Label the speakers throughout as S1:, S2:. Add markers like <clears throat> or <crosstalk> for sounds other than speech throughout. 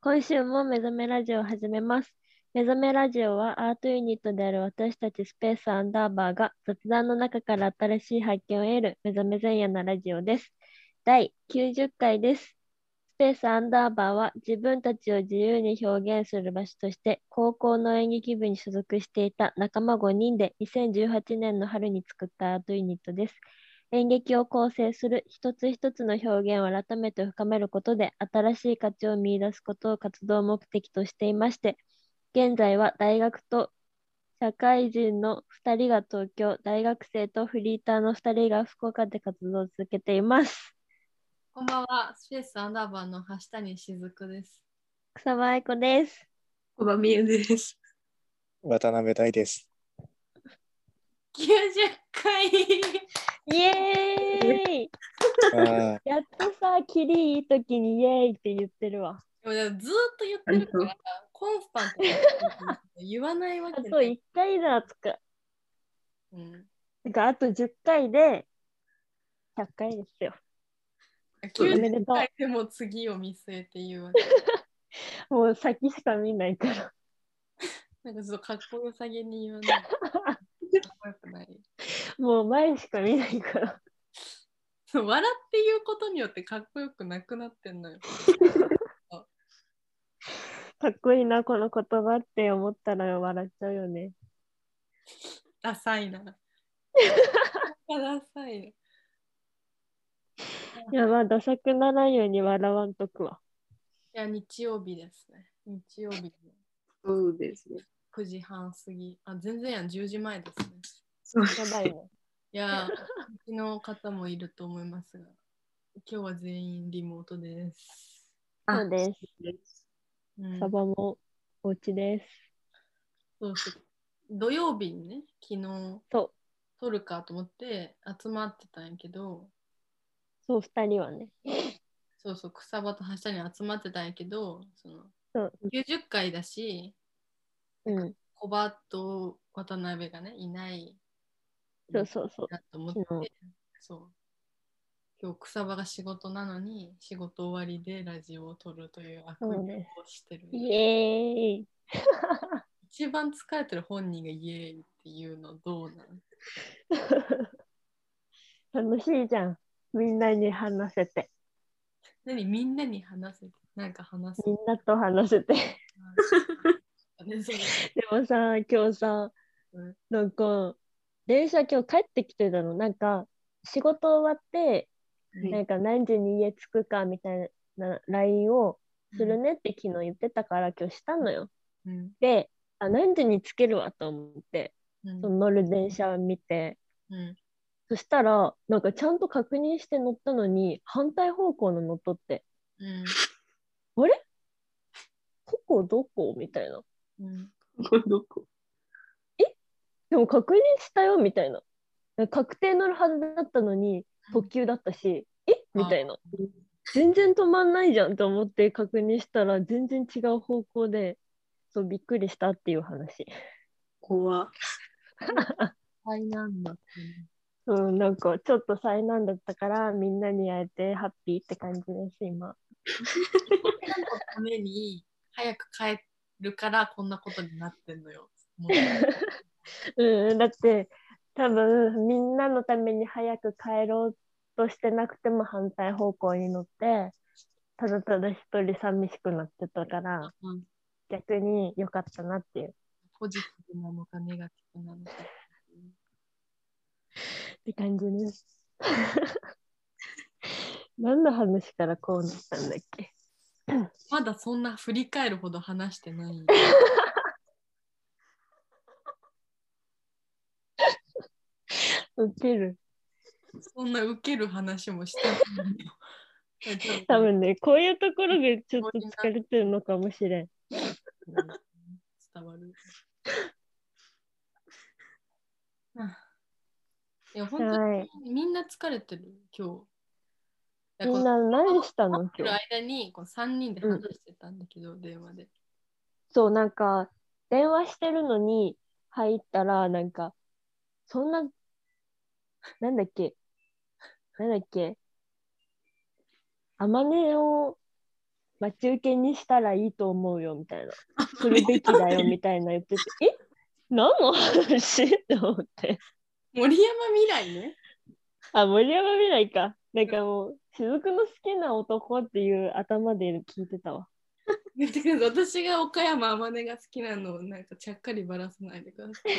S1: 今週も目覚めラジオを始めます。目覚めラジオはアートユニットである私たちスペースアンダーバーが雑談の中から新しい発見を得る目覚め前夜なラジオです。第90回です。スペースアンダーバーは自分たちを自由に表現する場所として高校の演劇部に所属していた仲間5人で2018年の春に作ったアートユニットです。演劇を構成する一つ一つの表現を改めて深めることで新しい価値を見出すことを活動目的としていまして現在は大学と社会人の2人が東京大学生とフリーターの2人が福岡で活動を続けています
S2: こんばんは、スペースアンダーバーの橋谷しずくです。
S1: 草間愛子です
S2: 小葉美優です。
S3: 渡辺
S1: <laughs>
S3: 大です。
S2: 90回
S1: イエーイ
S3: あ
S1: <laughs> やっとさキリいい時にイエーイって言ってるわ
S2: でもでもずーっと言ってるから、コンスタントに言わないわ
S1: あ
S2: け
S1: と1回だとか
S2: うん
S1: なんかあと10回で100回ですよおめで
S2: 90
S1: とう
S2: 回でも次を見据えて言うわけ。
S1: もう先しか見ないから。 <laughs>
S2: なんかちょっとかっこよさげに言わない。かっこよくない。
S1: もう前しか見ないから。 <laughs>
S2: 笑って言うことによってかっこよくなくなってんのよ。
S1: かっこいいな、この言葉って思ったら笑っちゃうよね。
S2: ダサいな。
S1: <laughs>
S2: ダサいな。
S1: いや、まあ、ダサくならんように笑わんとくわ。
S2: いや、日曜日ですね。日曜日の
S4: そうですね。
S2: 9時半過ぎ。あ、全然やん、10時前ですね。
S4: そう
S1: やばいね。
S2: い
S1: <laughs>
S2: やー、うちの方もいると思いますが、今日は全員リモートです。
S4: あ
S1: そうです。
S4: です。
S2: うん
S1: サ、バもお家です。
S2: そうそう土曜日にね、昨日
S1: そう、
S2: 撮るかと思って集まってたんやけど、
S1: そう、二人はね。
S2: そうそう、草場と橋下に集まってたんやけど、その
S1: そう、
S2: 90回だし、
S1: うん。
S2: 小バと渡辺がね、いない
S1: そうそうそう。
S2: なと思って、
S1: 昨日
S2: そう。今日草場が仕事なのに、仕事終わりでラジオを撮るという悪
S1: そう
S2: 夢
S1: で
S2: をしてる。
S1: イエーイ
S2: 一番疲れてる本人がイエーイっていうのどうなの
S1: 楽しいじゃん。みんなに話せて。
S2: 何みんなに話せて、なんか話す
S1: みんなと話せて。で
S2: な。ねそれ
S1: もさ、今日さ
S2: うん、
S1: なんか、電車今日帰ってきてたの。なんか、仕事終わって、なんか何時に家着くかみたいな LINE を <laughs> するねって昨日言ってたから今日したのよ。
S2: うん
S1: で、あ何時に着けるわと思って、
S2: うん
S1: その乗る電車を見て、
S2: うん
S1: そしたら、なんかちゃんと確認して乗ったのに、反対方向の乗っとって、
S2: うん
S1: ここどこみたいな。
S2: うん
S4: どこ
S1: でも確認したよみたいな。確定乗るはずだったのに、特急だったし、えみたいな。全然止まんないじゃんと思って確認したら、全然違う方向で、そう、びっくりしたっていう話。
S4: 怖
S2: 災難だ。
S1: <laughs> うん、なんか、ちょっと災難だったから、みんなに会えてハッピーって感じです、今。
S2: ために早く帰るからこんなことになってんのよ。もう
S1: うん、だって、多分、みんなのために早く帰ろうとしてなくても反対方向に乗って、ただただ一人寂しくなってたから、
S2: うん
S1: 逆に良かったなっていう
S2: <laughs> ポジティブなのかネガティブなのか。
S1: って感じです。 <laughs> 何の話からこうなったんだっけ
S2: まだそんな振り返るほど話してない。
S1: ウケる。
S2: そんなウケる話もしてないのよ。
S1: 多分ね、こういうところがちょっと疲れてるのかもしれん。
S2: 伝わる。いや、本当
S1: はい。
S2: にみんな疲れてる、今日。いや
S1: み
S2: こ
S1: ん
S2: の
S1: な何したの
S2: 待って
S1: 今
S2: る
S1: 日。
S2: 間にこう3人で話してたんだけど、電話で。
S1: そう、なんか、電話してるのに入ったら、なんか、そんな、なんだっけ、なんだっけ、あまねを待ち受けにしたらいいと思うよみたいな、するべきだよみたいな言ってて、え何の話 <laughs> って思って。
S2: 森山未来ね。
S1: あ、森山未来か。なんかもう、雫の好きな男っていう頭で聞いてたわ。
S2: 言ってください私が岡山天音が好きなのをなんかちゃっかりばらさないでください。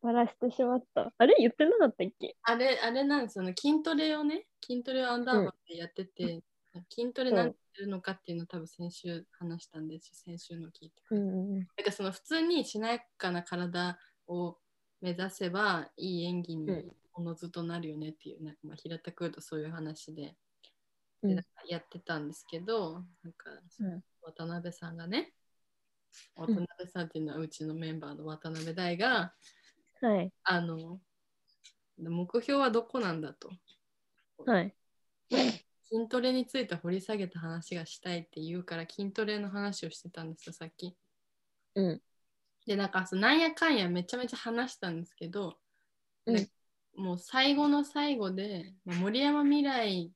S1: バラしてしまった。あれ言ってなかったっけ
S2: あれ、あれなんですよね。筋トレをね、筋トレをアンダーバーでやってて、筋トレ何してるのかっていうのを多分先週話したんですよ先週の聞いて。
S1: うん。
S2: なんかその普通にしなやかな体を目指せばいい演技に
S1: うん
S2: おのずとなるよねっていう、なんかまあ平たく言うとそういう話で,、
S1: うん
S2: でなんかやってたんですけどなんか
S1: うん
S2: 渡辺さんがね渡辺さんっていうのはうちのメンバーの渡辺大が
S1: はい。
S2: あの目標はどこなんだと
S1: はい。
S2: 筋トレについて掘り下げた話がしたいって言うから筋トレの話をしてたんですよさっき。
S1: うん。
S2: でなんかそうなんやかんやめちゃめちゃ話したんですけど、
S1: うん
S2: でもう最後の最後で「まあ森山未来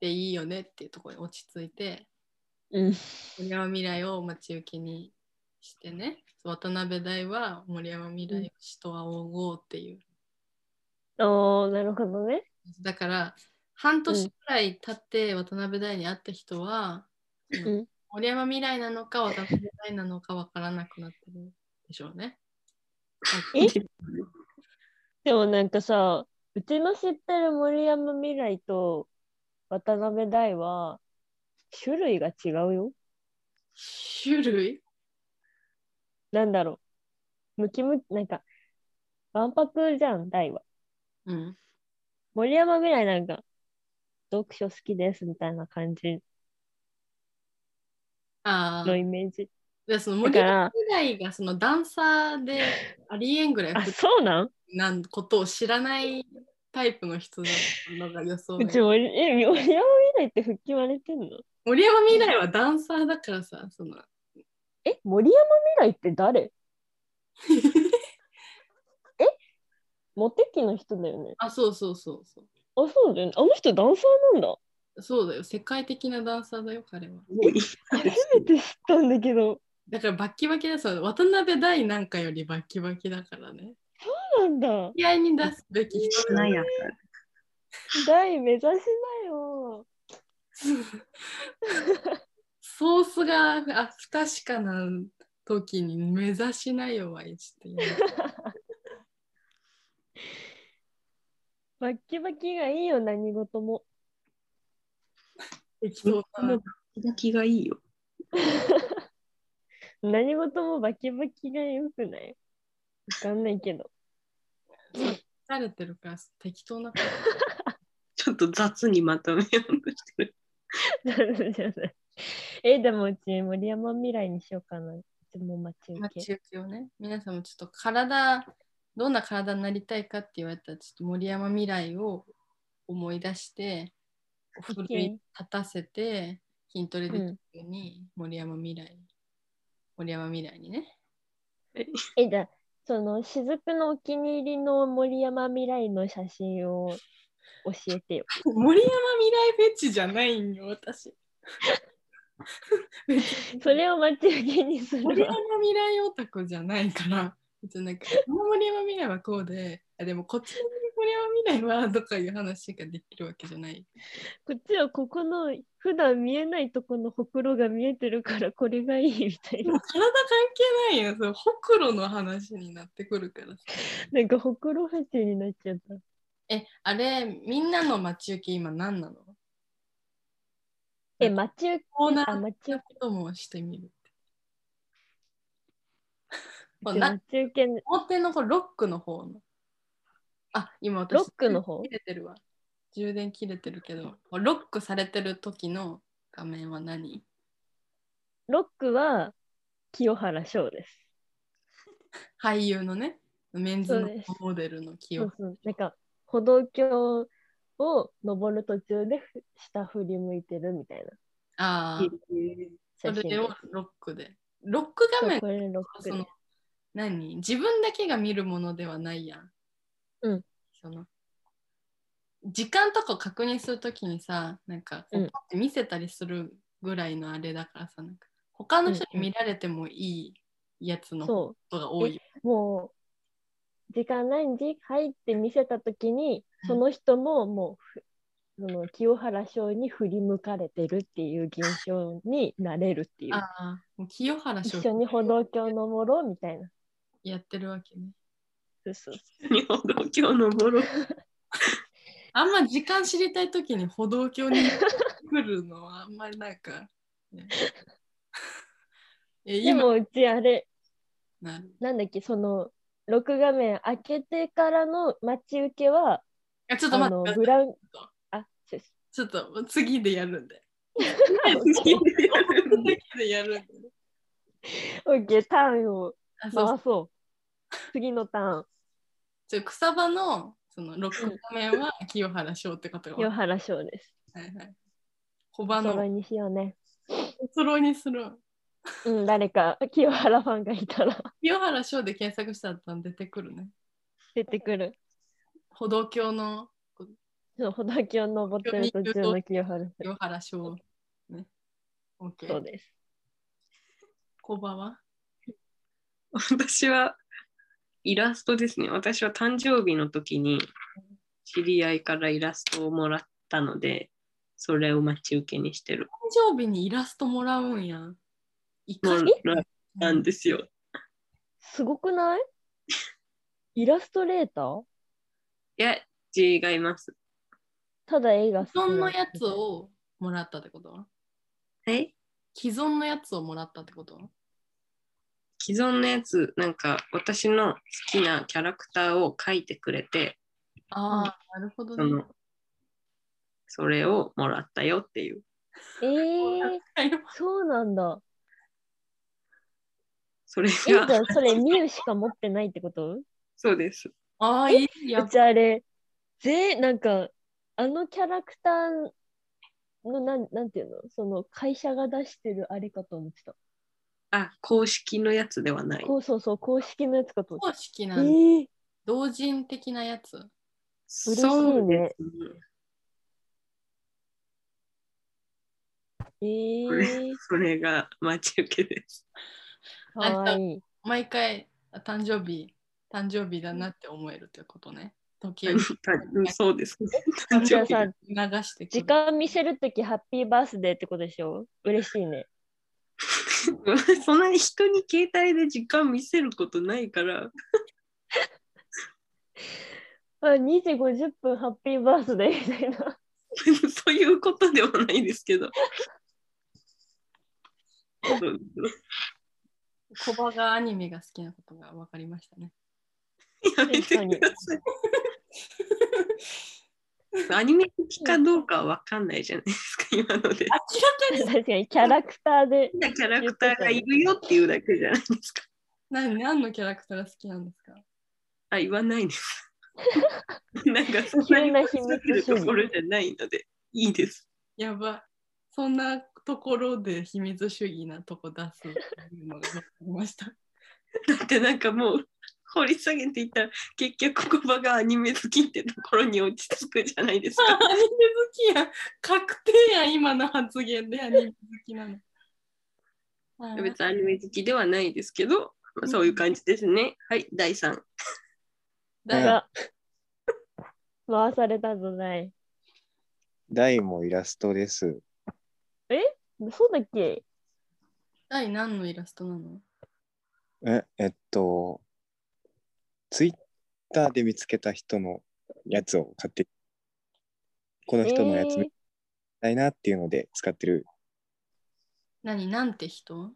S2: でいいよね」っていうところに落ち着いて
S1: うん。
S2: 森山未来を待ち受けにしてねそう渡辺大は森山未来を死と仰ごうっていう、
S1: おー、なるほどね。
S2: だから半年くらい経って渡辺大に会った人は、その
S1: うん
S2: 森山未来なのか渡辺大なのか分からなくなってるでしょうね。
S1: えでもなんかさ、うちの知ってる森山未来と渡辺大は種類が違うよ。
S2: 種類
S1: なんだろう。ムキムキ、なんか、わんぱくじゃん、大は。
S2: うん、
S1: 森山未来なんか、読書好きですみたいな感じ
S2: ああ
S1: のイメージ。
S2: でその
S1: だ
S2: 森
S1: か
S2: 山
S1: ら、
S2: 未来がそのダンサーでありえんぐらい
S1: あ、
S2: 普
S1: そうなん
S2: なんことを知らないタイプの人だったのが予想
S1: うち森え森山未来って復帰割れてんの
S2: 森山未来はダンサーだからさその
S1: え、森山未来って誰えモテ期の人だよね。
S2: あそうそうそうそ
S1: あ、そうだよね。あの人ダンサーなんだ。
S2: うそうだよ世界的なダンサーだよ彼は
S1: 初めて知ったんだけど。
S2: だからバッキバキだそう渡辺大なんかよりバッキバキだからね
S1: そうなん <sighs> だ。
S2: 試合に出すべき人
S4: なんやか
S1: 大目指しなよ。
S2: ソースがあ不確かな時に目指しなよはちょっと嫌だ
S1: バッキバキがいいよ、何事も。
S2: 適当だな
S4: ら。気がいいよ。
S1: 何事もバキバキが良くないわかんないけど。 <laughs>
S2: 疲れてるから適当なこと
S4: ちょっと雑にまとめようとしてる。
S1: なんでじゃないえ、でもうち森山未来にしようかな。いつも待ち受
S2: 待
S1: け。
S2: ち受けをね皆さんもちょっと体どんな体になりたいかって言われたらちょっと森山未来を思い出してお風呂に立たせて筋トレできるように森山未来、森山未来にね
S1: え、じゃあその雫のお気に入りの森山未来の写真を教えて <laughs> よ。
S2: 森山未来フェチじゃないんよ私
S1: それを待ち受けにす
S2: 森
S1: る
S2: 山
S1: わ。
S2: 未来オタクじゃないから別になんかこの森山未来はこうであでもこっちの森山未来はとかいう話ができるわけじゃない
S1: こっちはここの普段見えないとこのほくろが見えてるからこれがいいみたい
S2: で
S1: <laughs>
S2: も
S1: な。
S2: 体関係ないよ、そのほくろの話になってくるからさ。
S1: なんかほくろフェチになっちゃった。
S2: え、あれ、みんなの待ち受け今何なの
S1: え、待ち受け、
S2: コーナ
S1: あ、
S2: ー
S1: 待ち
S2: の
S1: 受
S2: こともしてみ <laughs> る。もう
S1: け、
S2: な
S1: 待ち受け、
S2: 表の方、ロックの方の。あ、今私、
S1: ロックの方
S2: 充電切れてるわ。充電切れてるけど、ロックされてる時の画面は何
S1: ロックは清原翔です。
S2: 俳優のね、メンズ
S1: そ
S2: の
S1: うです
S2: モデルの記
S1: そう
S2: 憶。
S1: そう。なんか歩道橋を登る途中でふ下振り向いてるみたいな
S2: ああ、そ
S1: 写真で
S2: れ
S1: す
S2: を。ロックで。ロック画
S1: そう
S2: 面
S1: これロック
S2: そ
S1: で
S2: の。何自分だけが見るものではないやん。
S1: うん
S2: その時間とか確認するときにさなんかこ
S1: う
S2: うんパッて見せたりするぐらいのあれだからさなんか他の人
S1: うん
S2: に見られてもいいやつのこ
S1: そ
S2: とが多いよ。
S1: う、もう、時間何時入って見せたときに、
S2: うん
S1: その人ももうふ、その清原翔に振り向かれてるっていう現象になれるっていう。
S2: ああもう清原翔
S1: 一緒に歩道橋登ろうみたいな。
S2: やってるわけね。
S1: そうそう
S4: に歩道橋登ろう。
S2: あんま時間知りたいときに歩道橋に来るのはあんまりなんか、
S1: <laughs>
S2: ね、え
S1: で
S2: 今
S1: もうちあれ、
S2: なる
S1: なんだっけ、その、録画面開けてからの待ち受けは、
S2: あちょっと
S1: あ
S2: 待
S1: の、
S2: って
S1: ブラウン、あ、そうです
S2: ちょっと次でやるんで。
S4: い
S2: 次でやるんで。
S1: オッケー、ターンを
S2: あそう
S1: 回そう。次のターン、
S2: ちょ草場のその6画面は清原翔ってことが分
S1: 清
S2: か
S1: 原翔です。
S2: る。はいはい。小場
S1: お揃い
S2: の
S1: にしようね。
S2: お揃いにする。
S1: うん、誰か清原ファンがいたら
S2: 清原翔で検索したら多分出てくるね。
S1: 出てくる。
S2: 歩道橋の
S1: そう、歩道橋登ってる途中の清原さ
S2: 清原翔。ね。OK
S1: ん。そうです。
S2: 小場は
S4: 私はイラストですね。私は誕生日の時に知り合いからイラストをもらったので、それを待ち受けにしてる。
S2: 誕生日にイラストもらうんや。い
S4: も
S2: かに
S4: らったんですよ。
S1: すごくない <laughs> イラストレーター
S4: いや、違います。
S1: ただ絵が好き
S2: 既
S1: な
S2: 存のやつ。をもらったってこと
S4: はい
S2: 既存のやつをもらったってこと
S4: 既存のやつ、なんか私の好きなキャラクターを描いてくれて、
S2: ああ、なるほど
S4: そ
S2: ね
S4: の。それをもらったよっていう。
S1: えー、そうなんだ。
S4: それ
S1: え、じゃあ
S4: が、
S1: それミュウしか持ってないってこと
S4: そうです。
S2: <laughs> ああ、いいや
S1: う。ちあれ、ぜなんか、あのキャラクターの、なんなんていうのその会社が出してるあれかと思ってた。
S4: あ、公式のやつではない。
S1: こうそうそう、公式のやつかと思って
S2: 公式
S1: た。
S2: な
S1: え
S2: んだ
S1: ー、
S2: 同人的なやつ。
S1: 嬉しいね
S4: そうですね。
S1: え
S4: これ
S1: ー、
S4: それが待ち受け
S1: <laughs>
S4: です。
S1: かわいい。
S2: 毎回あ誕生日誕生日だなって思えるということね。時計
S4: そうです。
S2: <laughs> 誕
S1: じゃ
S2: 生
S1: あ
S2: 日
S1: さ、
S2: 流してく
S1: 時
S2: る。
S1: 間見せるときハッピーバースデーってことでしょ嬉しいね。
S4: <laughs> そんなに人に携帯で時間見せることないから、 <laughs>
S1: あ2時50分ハッピーバースデーみたいな。
S4: そういうことではないです
S1: <laughs>
S4: けど。そう
S2: 小バがアニメが好きなことが分かりましたね。
S4: <laughs> やめてください。アニメ好きかどうかは分かんないじゃないですか、今ので。好
S1: 確かにキャラクターで
S4: きなキャラクターがいるよっていうだけじゃないですか。
S2: 何何のキャラクターが好きなんですか
S4: あ、言わないです。 <laughs> なんかそんな
S1: 急
S4: に
S1: な秘密
S4: 隠
S1: 主
S4: すとこ
S1: 義。
S4: ろじゃないので、いいです。
S2: やば。そんなところで秘密主義なとこ出すっていうのが分かりま <laughs> した。
S4: だってなんかもう掘り下げていったら結局コバがアニメ好きってところに落ち着くじゃないです
S2: アニ
S4: か。
S2: メ好きやん確定やん今の発言でアニメ好きなの。あー
S4: 別にアニメ好きではないですけど、まあ、そういう感じですね。はい、第3。
S2: だ
S3: うん
S2: が
S1: 回されたんじゃない。
S3: 大もイラストです。
S1: そうだっけ
S2: 第何のイラストなの
S3: え、えっと、ツイッターで見つけた人のやつを買って、この人のやつ
S1: え
S3: 見たいなっていうので使ってる、
S2: 何なんて <laughs> 人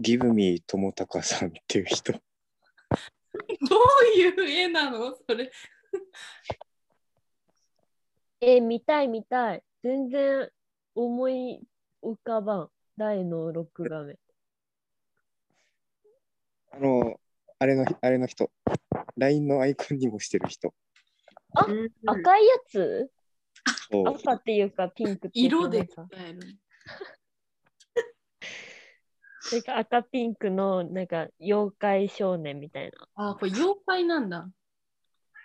S3: ギブミー友高さんっていう
S1: <laughs>
S3: 人。
S2: どういう絵なのそれ。
S1: ーえー見たい見たい。全然思い浮かばん。大の6画面。
S3: あの、あれの、あれの人。LINE のアイコンにもしてる人。
S1: あ
S4: うん
S1: 赤いやつ
S3: そう
S1: 赤っていうかピンクっていうか
S2: 色で
S1: なん
S2: 伝
S1: か
S2: える。
S1: なんか赤ピンクのなんか妖怪少年みたいな。
S2: あ、これ妖怪なんだ。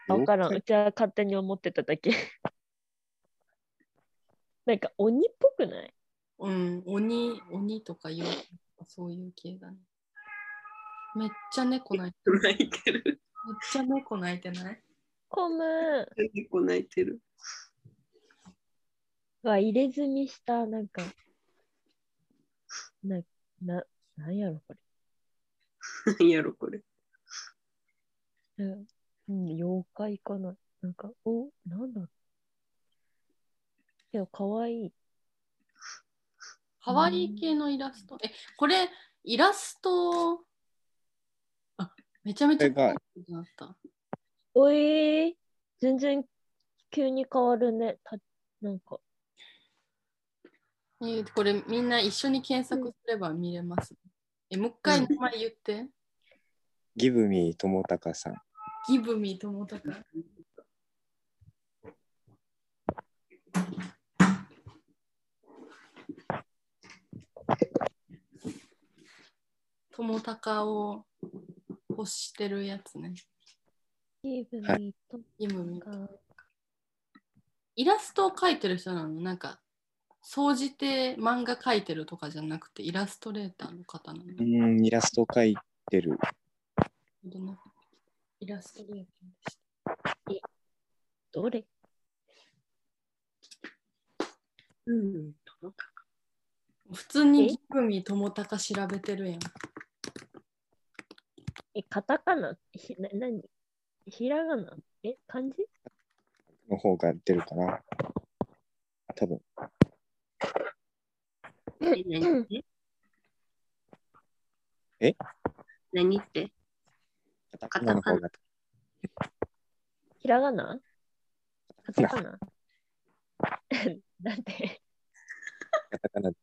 S1: わからん。うちは勝手に思ってただけ。 <laughs> なんか鬼っぽくない
S2: うん、鬼、鬼とか妖怪とかそういう系だね。めっちゃ猫鳴いてる。
S4: 泣いてる。
S2: めっちゃ猫鳴いてない
S1: コム
S4: 猫泣いてる。 <laughs>
S1: は入れ墨した、なんか、な、な、なんやろこ
S4: 何やろ、これ。
S1: れ。うんうん、妖怪かな。なんか、お、なんだけど、かわいい。
S2: ハワイ系のイラスト。え、これ、イラスト。あ、めちゃめちゃ
S3: これが
S2: なった。
S1: おえー、全然急に変わるね。たなんか、
S2: えーこれ、みんな一緒に検索すれば見れます。え、もう一回名前言って。
S3: ギブミー友高さん。
S2: ギブミともたか。ともたかを欲してるやつね。
S1: ギブ
S3: は
S1: ミと
S2: ギブミ
S1: か、
S2: イラストを描いてる人なのなんか、総じて漫画描いてるとかじゃなくて、イラストレーターの方なの、
S3: う
S2: なる
S3: ん、イラスト描いてる。
S2: ほどねイラストレーターでした。
S1: どれ
S4: うん。
S2: 普通に
S1: え
S2: ギブミともたか調べてるやん。
S1: え、カタカナひな、なにひらがなえ、漢字 <clears throat>
S3: の方が出るかな。多分。
S4: え何って
S3: え
S4: 何って
S3: カ
S4: カナ
S3: の方が。
S1: ひらがなカタ
S3: タ
S1: カ
S3: カ
S1: ナ <laughs> なんて、
S3: カタカナ。
S4: カ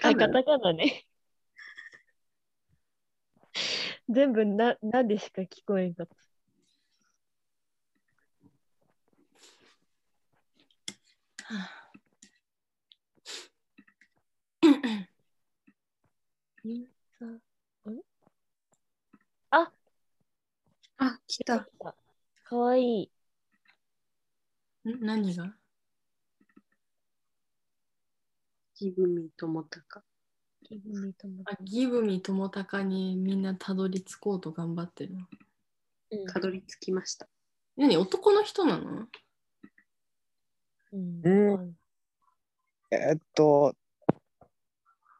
S4: タ
S1: あ、
S4: カ
S1: カタ
S4: ナ
S1: カナね。全部な、なんでしか聞こえんかった。
S2: <laughs>
S1: インスタあれ
S4: あ、来た。
S1: かわいい。
S2: ん何が
S4: ギブミともたか。
S1: 気分に友
S2: あギブミともたかにみんなたどり着こうと頑張ってる。
S4: たどり着きました。
S2: 何男の人なの
S1: うん。
S3: うん
S1: あ
S3: えーっと、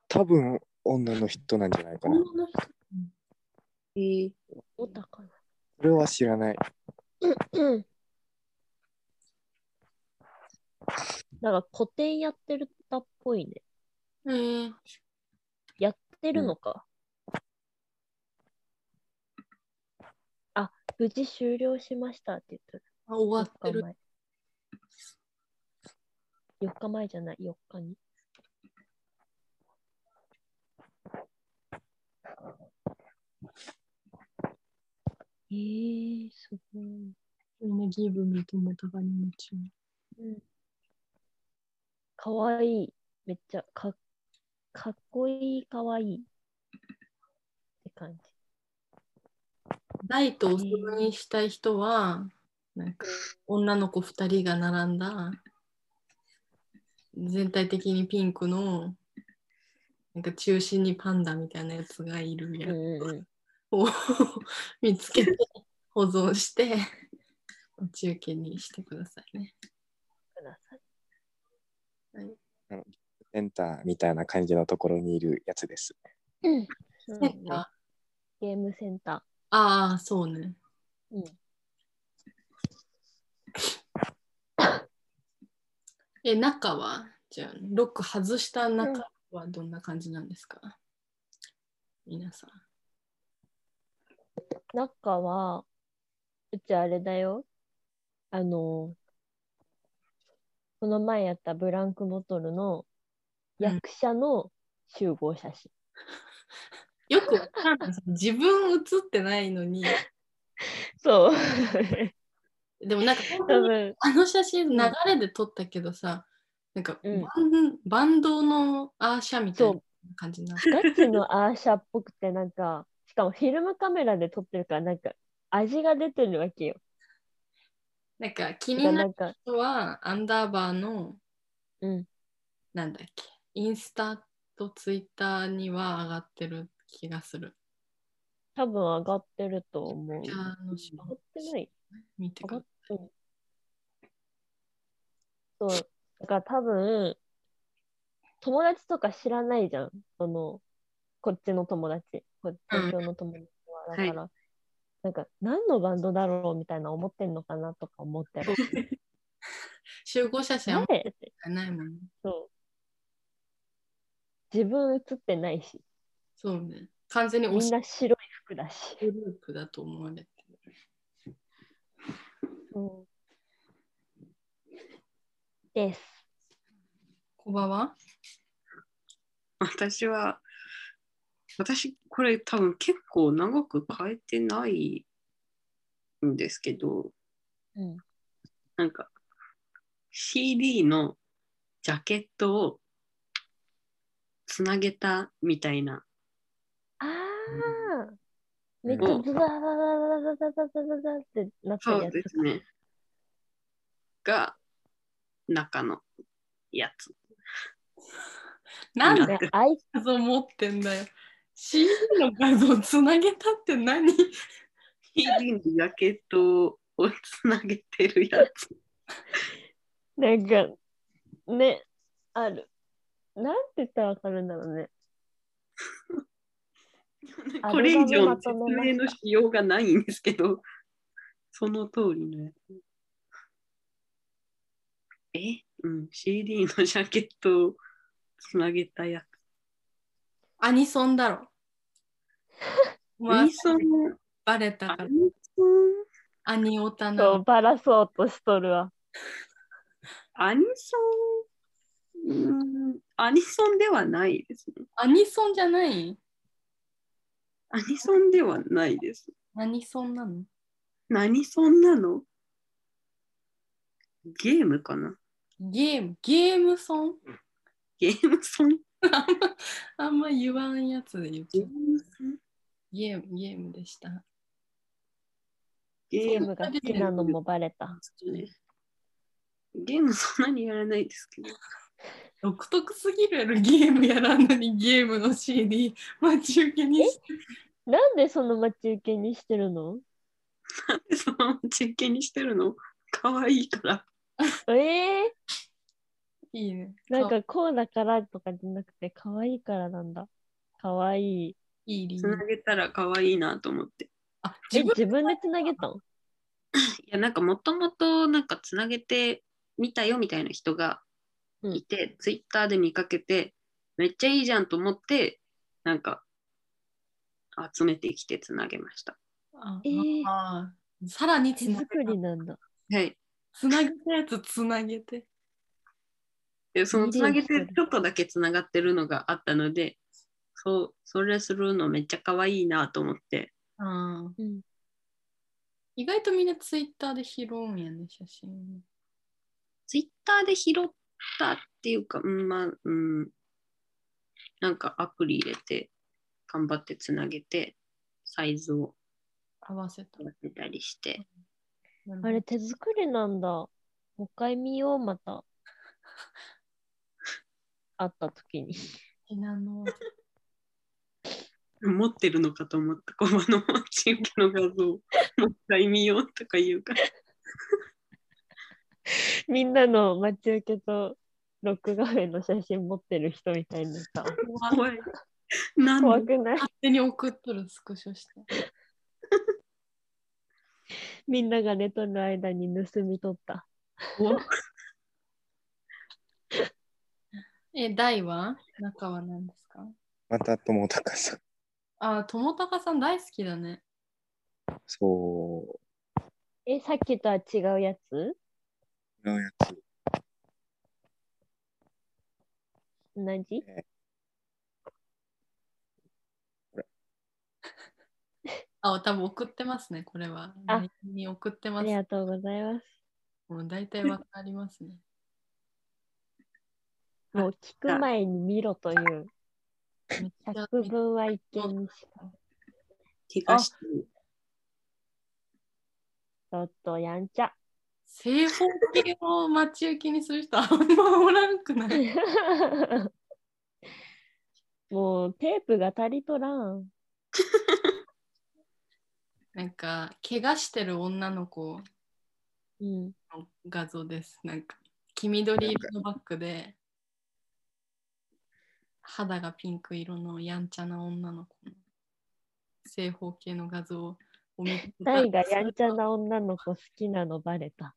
S3: 多分女の人なんじゃないかな。
S2: 女の人
S4: えー、
S1: おたかな。
S3: それは知らない。
S1: うん。なんか古典やってるったっぽいね。
S2: えー、
S1: やってるのか。あ、無事終了しましたって言ってる。
S2: あ終わって
S1: 4日
S2: る。
S1: 前。4日前じゃない、4日に。えー、すごい。
S2: みんなギブミともたかに夢中。
S1: かわいい。めっちゃかかっこいい、かわいい。って感じ。
S2: 大とおそろいにしたい人は、なんか女の子2人が並んだ、全体的にピンクの、なんか中心にパンダみたいなやつがいるや
S1: うん
S2: つ
S1: うんうん。
S2: を <laughs> 見つけて保存して、お中継にしてくださいね。
S1: ください。
S3: センターみたいな感じのところにいるやつです。
S1: うん
S2: センター
S1: ゲームセンタ
S2: ああ、そうね。
S1: ー。うん。
S2: <laughs> え、中はじゃあ、ロック外した中はどんな感じなんですか、皆さん。
S1: 中は、うちあれだよ。あの、この前やったブランクボトルの
S2: うん
S1: 役者の集合写真。
S2: よくわかんない。自分映ってないのに、
S1: そう。
S2: でもな
S1: <laughs>
S2: んか
S1: 多
S2: 本当に
S1: 分、
S2: あの写真流れで撮ったけどさ、なんかバ
S1: うん
S2: ンバンドのアーシャみたいな感じにな
S1: <laughs>
S2: って
S1: ガチのアーシャっぽくて、なんか、しかもフィルムカメラで撮ってるから、なんか、味が出てるわけよ。
S2: なんか気に
S1: が
S2: な
S1: な
S2: る
S1: んか、
S2: 人は、アンダーバーの、
S1: うん。
S2: なんだっけ、インスタとツイッターには上がってる気がする。
S1: 多分上がってると思う。
S2: じゃ
S1: 上
S2: あ、あの、し
S1: がってない。
S2: 見てくださ
S1: そう。だから多分、友達とか知らないじゃん。その、こっちの友達。こっち
S4: うん
S1: 東京の友達は。だ
S4: はい
S1: から、なんか、何のバンドだろうみたいな思ってんのかなとか思ってる。
S2: い。集合写真あんま
S1: 誰って。
S2: りないもんね。
S1: そう。自分映ってないし、
S2: そうね。完全に推
S1: みん
S2: し
S1: な白い服だし。
S2: グループだと思われてる。
S1: そうです。
S2: コバは
S4: 私は、私、これ多分結構長く変えてないんですけど、
S1: うん。
S4: なんか CD のジャケットをつなげたみたいな、
S1: ああ、めっちゃズザザザザザザザザザってなって
S4: そう
S1: る
S4: で
S1: やつ
S4: す。ね、が中のやつ。
S2: なんで
S1: ね、アイ
S2: 画像持ってんだよ。CD の画像つなげたって何
S4: CD のジャケットをつなげてるやつ。
S1: なんか、ね、ある。なんて言ったらわかるんだろうね。
S4: これ以上
S1: ア
S4: の
S1: ル
S4: 説
S1: バムまとめ
S4: 明
S1: ま
S4: の
S1: し
S4: しようがないんですけど、その通りのやつ。えうん、CD のジャケットをつなげたやつ。
S2: アニソンだ
S1: <laughs>
S2: ろ。ま
S4: ア
S2: あ
S4: ニ、ソン、
S2: バレた
S4: ア
S2: から。
S4: ニソン、
S2: アニオタな
S1: そ
S2: の
S1: う、。バラそうとしとるわ。
S4: アニソン、うん、アニソンではないですね。
S2: アニソンじゃない
S4: アニソンではないです。
S2: 何ソンなの
S4: 何ソンなのゲームかな
S2: ゲーム、ゲームソン
S4: ゲームソン
S2: あんま言わんやつで言っ
S4: ゲ
S2: てる
S4: ームソン
S2: ゲーム、ゲームでした。
S1: ゲ
S4: ゲ
S1: ームが好きなのもバレた。
S4: ちょっとねゲームそんなにやらないですけど。
S2: 独特すぎるゲームやらんのにゲームの CD 待ち受けにして
S1: なんでその待ち受けにしてるの
S4: なんでそのまま実験にしてるの可愛いから。
S1: ええ
S2: いいね。
S1: なんかこうだからとかじゃなくて、可愛いからなんだ。可愛い。
S2: いい理
S4: つ
S2: 由
S4: な。げたら可愛いなと思って。
S2: あ、
S1: え、
S2: 自分
S1: 自分でつなげたの
S4: いや、なんかもともとなんかつなげてみたよみたいな人がいて、ツイッターで見かけて、めっちゃいいじゃんと思って、なんか集めてきてつなげました。
S2: あ
S1: えー
S2: あさらにつ
S1: 手
S2: なげ
S1: 作りなんだ。
S4: はい。
S2: つなげたやつつなげて。
S4: で、そのつなげ
S1: いいで
S4: て
S1: すね
S4: ちょっとだけつながってるのがあったので、そう、それするのめっちゃ可愛いなと思って。
S2: あー
S1: うん。
S2: 意外とみんなツイッターで拾うんやね、写真。
S4: ツイッターで拾ったっていうか、うん、まあ、うん、なんかアプリ入れて、頑張ってつなげて、サイズを
S2: 合わせた。
S4: やってたりして。
S1: あれ、手作りなんだ。もう一回見よう、また。会った時に。
S2: ひなの。
S4: 持ってるのかと思った、コマの待ち受けの画像、もう一回見ようとか言うから、
S1: みんなの待ち受けとロック画面の写真持ってる人みたいになった。
S4: 怖い。なん
S1: 怖
S4: で
S1: くない
S2: 勝手に送っとる、スクショして。 <laughs>
S1: みんなが寝とる間に盗み取った。
S2: え、大は中は何ですか
S3: また友高さん。
S2: あー、友高さん大好きだね。
S3: そ
S1: え、さっきとは違うやつ
S3: う。のやつ。
S1: 同じ
S2: あ、多分送ってますね、これは。
S1: あ
S2: LINE に送って
S1: あ
S2: ます
S1: り。がとうございます。
S2: もう大体わかりますね。
S1: もう聞く前に見ろという
S2: めっちゃ
S1: 作文は一見にしか。
S4: 怪我してる
S1: <laughs> ちょっとやんちゃ。
S2: 正方形を待ち受けにする人あんまおらんくない
S1: もうテープが足りとらん。
S2: なんか怪我してる女の子
S1: うん。
S2: の画像ですなんか黄緑色のバッグで肌がピンク色のやんちゃな女の子の正方形の画像を見て
S1: 大がやんちゃな女の子好きなのバレた。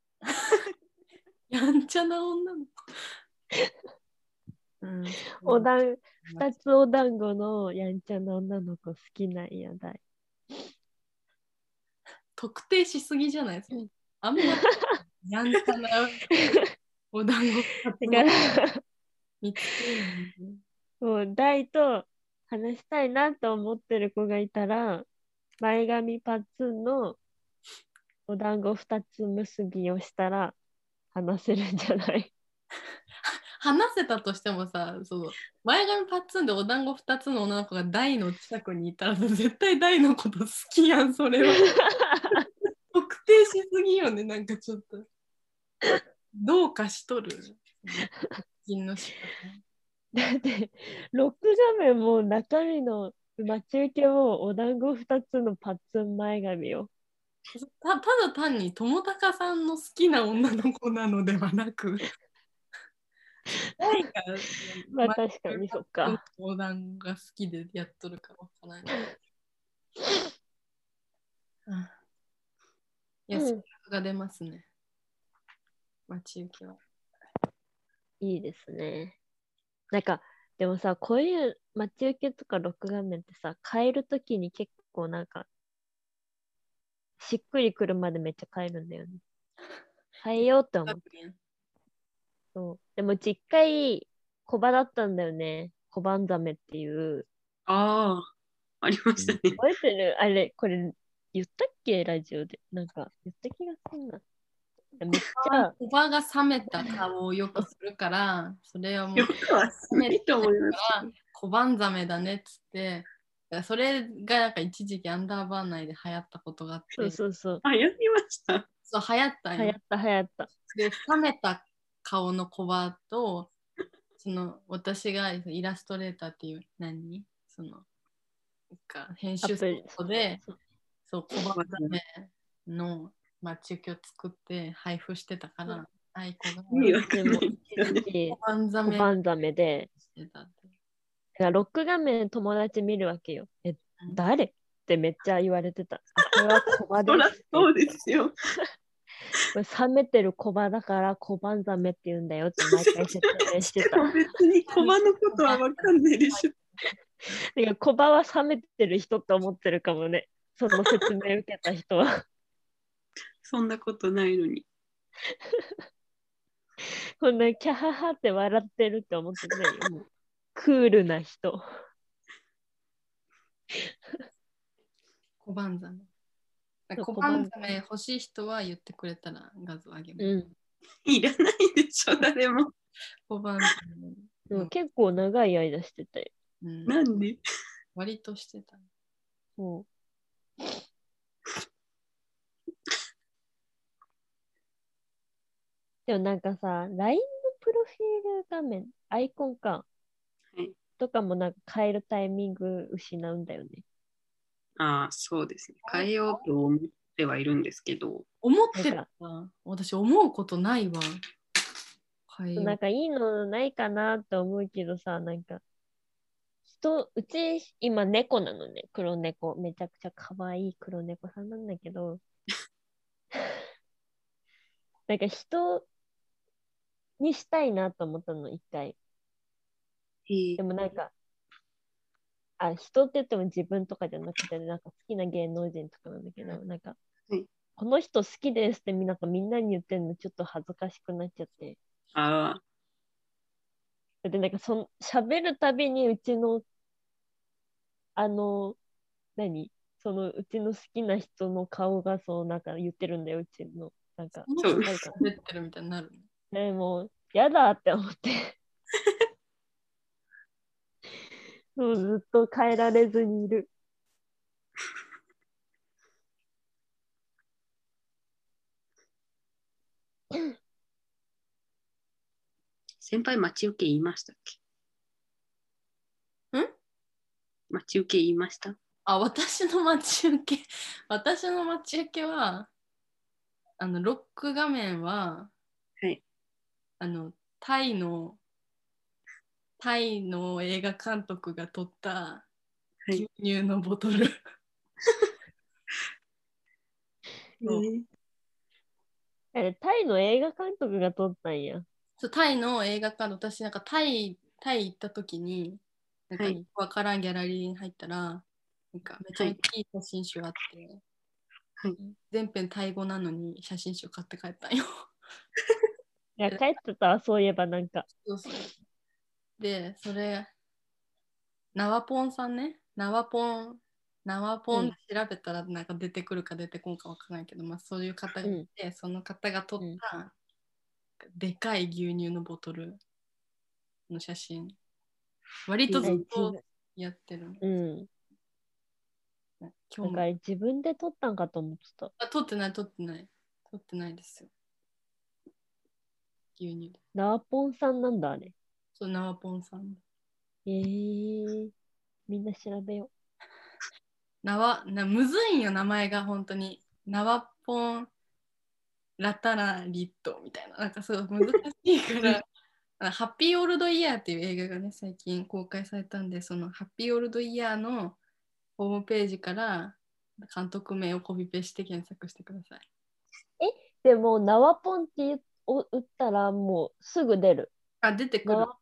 S2: やんちゃな女の子。うん、
S1: おだん、
S2: ま
S1: 二つお団子のやんちゃな女の子好きなんや、大。
S2: 特定しすぎじゃないですか
S1: うん。
S2: あんまやんち
S1: <laughs>
S2: ゃなお団子
S1: だから、
S2: 見つけるのに
S1: もう大と話したいなと思ってる子がいたら、前髪パッツンのお団子二つ結びをしたら話せるんじゃ <laughs> ない
S2: 話せたとしてもさそう前髪パッツンでお団子2つの女の子が大の近くにいたら絶対大のこと好きやんそれは
S1: <laughs>
S2: 特定しすぎよねなんかちょっとどうかしとる金の仕
S1: だって、ロック画面も中身の待ち受けをお団子二つのパッツン前髪を。
S2: 方たただ単に友高さんの好きな女の子なのではな
S1: <laughs>
S2: く大が
S1: まあ確かにそっか。
S2: お団子が好きでやっとるかわからない。うんいや、
S1: うん
S2: スピードが出ますね。待ち受けは。
S1: いいですね。なんか、でもさ、こういう待ち受けとか録画面ってさ、変えるときに結構なんか、しっくりくるまでめっちゃ変えるんだよね。変えようって思う。そうでも、ちっかい小バだったんだよね。小バンザメっていう。
S4: ああ、ありましたね。
S1: 覚えてるあれ、これ、言ったっけラジオで。なんか、言った気がすんな。めっちゃ、
S2: おばが冷めた顔をよくするから、それはも
S4: よ
S2: う、
S4: くはないと思います。
S2: 小判ザメだねっつって、だからそれがなんか一時期アンダーバー内で流行ったことがあって、
S1: そうそうそう。
S4: あ、やりました。
S2: そう流行ったん
S1: 流
S2: よ
S1: 行った流行った。
S2: で冷めた顔のコバとその私がイラストレーターっていう何そのなんか編集ソフトで
S1: そう
S2: そうコバザメの待ち受けを作って配布してたから、
S1: うん
S2: アイコが
S4: 意味わかんないけどね。
S2: コバザ
S1: 小
S2: メ
S1: バンザメで、
S2: してたって
S1: だからロック画面友達見るわけよ。え、誰ってめっちゃ言われ <laughs> てた。これはコバで
S4: そら
S1: す。
S4: そうですよ。
S1: これ冷めてるコバだからコバンザメって言うんだよって毎回説明して
S4: で
S1: た。だ
S4: も
S1: か
S4: 別に駒のことはわかんないでしょ。
S1: らコバは冷めてる人って思ってるかもね。その説明受けた人は。
S4: そんなことないのに。
S1: こんなキャハハって笑ってるって思ってないよ。もうクールな人。
S2: コバンザメ
S1: そう
S2: コバンザメ欲しい人は言ってくれたら画像あげます、
S1: うん。
S4: いらないでしょ、誰も。
S2: コバンザ
S1: でも結構長い間してたよ。
S2: メ、うん、
S4: なんで
S2: 割としてた
S1: そうでもなんかさ、LINE のプロフィール画面、アイコンか、
S4: はい
S1: とかもなんか変えるタイミング失うんだよね。
S4: ああ、そうですね。変えようと思ってはいるんですけど、
S2: 思ってた。私、思うことないわ。はい。
S1: なんかいいのないかなって思うけどさ、なんか、人、うち今猫なのね、黒猫。めちゃくちゃ可愛い黒猫さんなんだけ
S4: <laughs>
S1: ど、なんか人にしたいなと思ったの、一回。
S4: へえ
S1: でもなんか、あ、人って言っても自分とかじゃなくて、なんか好きな芸能人とかなんだけど、なんか、
S4: はい
S1: この人好きですってみんなかみんなに言ってるのちょっと恥ずかしくなっちゃって。
S4: ああ、
S1: だってなんかその喋るたびにうちのあの何そのうちの好きな人の顔がそうなんか言ってるんだようちのなんか
S2: この
S4: そ
S2: 人
S4: うで
S2: が
S1: す
S2: 喋ってるみたいになる。
S1: でもやだって思ってもうずっと変えられずにいる
S4: 先輩待ち受け言いましたっけ
S2: ん
S4: 待ち受け言いました
S2: あ、私の待ち受け、 <laughs> 私の待ち受けは、あの、ロック画面は、
S4: はい
S2: あの、タイの、タイの映画監督が撮った
S4: い
S2: 牛乳のボトル。そう
S1: あれ、タイの映画監督が撮ったんや。
S2: そうタイの映画館の私なんかタイタイ行った時になんか
S4: は
S2: よ
S4: い
S2: くわからんギャラリーに入ったら、なんかめちゃめちゃいい写真集あって、
S4: はい
S2: 全編タイ語なのに写真集買って帰ったんよ。
S1: いや、帰ってたわ、そういえばなんか。
S2: そうそうでそれナワポンさんねナワポンナワポ
S1: う
S2: ン
S1: ん
S2: 調べたらなんか出てくるか出てこんかわからないけど、まあ、そういう方がいて、その方が撮った、でかい牛乳のボトルの写真割とずっとやってる、
S1: うん。
S2: 今
S1: だ
S2: 日
S1: から
S2: も
S1: 自分で撮ったんかと思ってた。
S2: あ撮ってない撮ってない撮ってないですよ牛乳
S1: ナーポンさんなんだ、あれ。
S2: そうナワポンさん
S1: えー、みんな調べよ
S2: なわなむずいんよ名前が本当になわぽんラタラリットみたいななんかそう難しいからあのハッピーオールドイヤーっていう映画がね最近公開されたんでそのハッピーオールドイヤーのホームページから監督名をコピペして検索してください。
S1: う。でも、ナワポンって言うお打ったらもうすぐ出る。
S2: あ出てく
S1: ナ
S2: る
S1: ワ。ポン、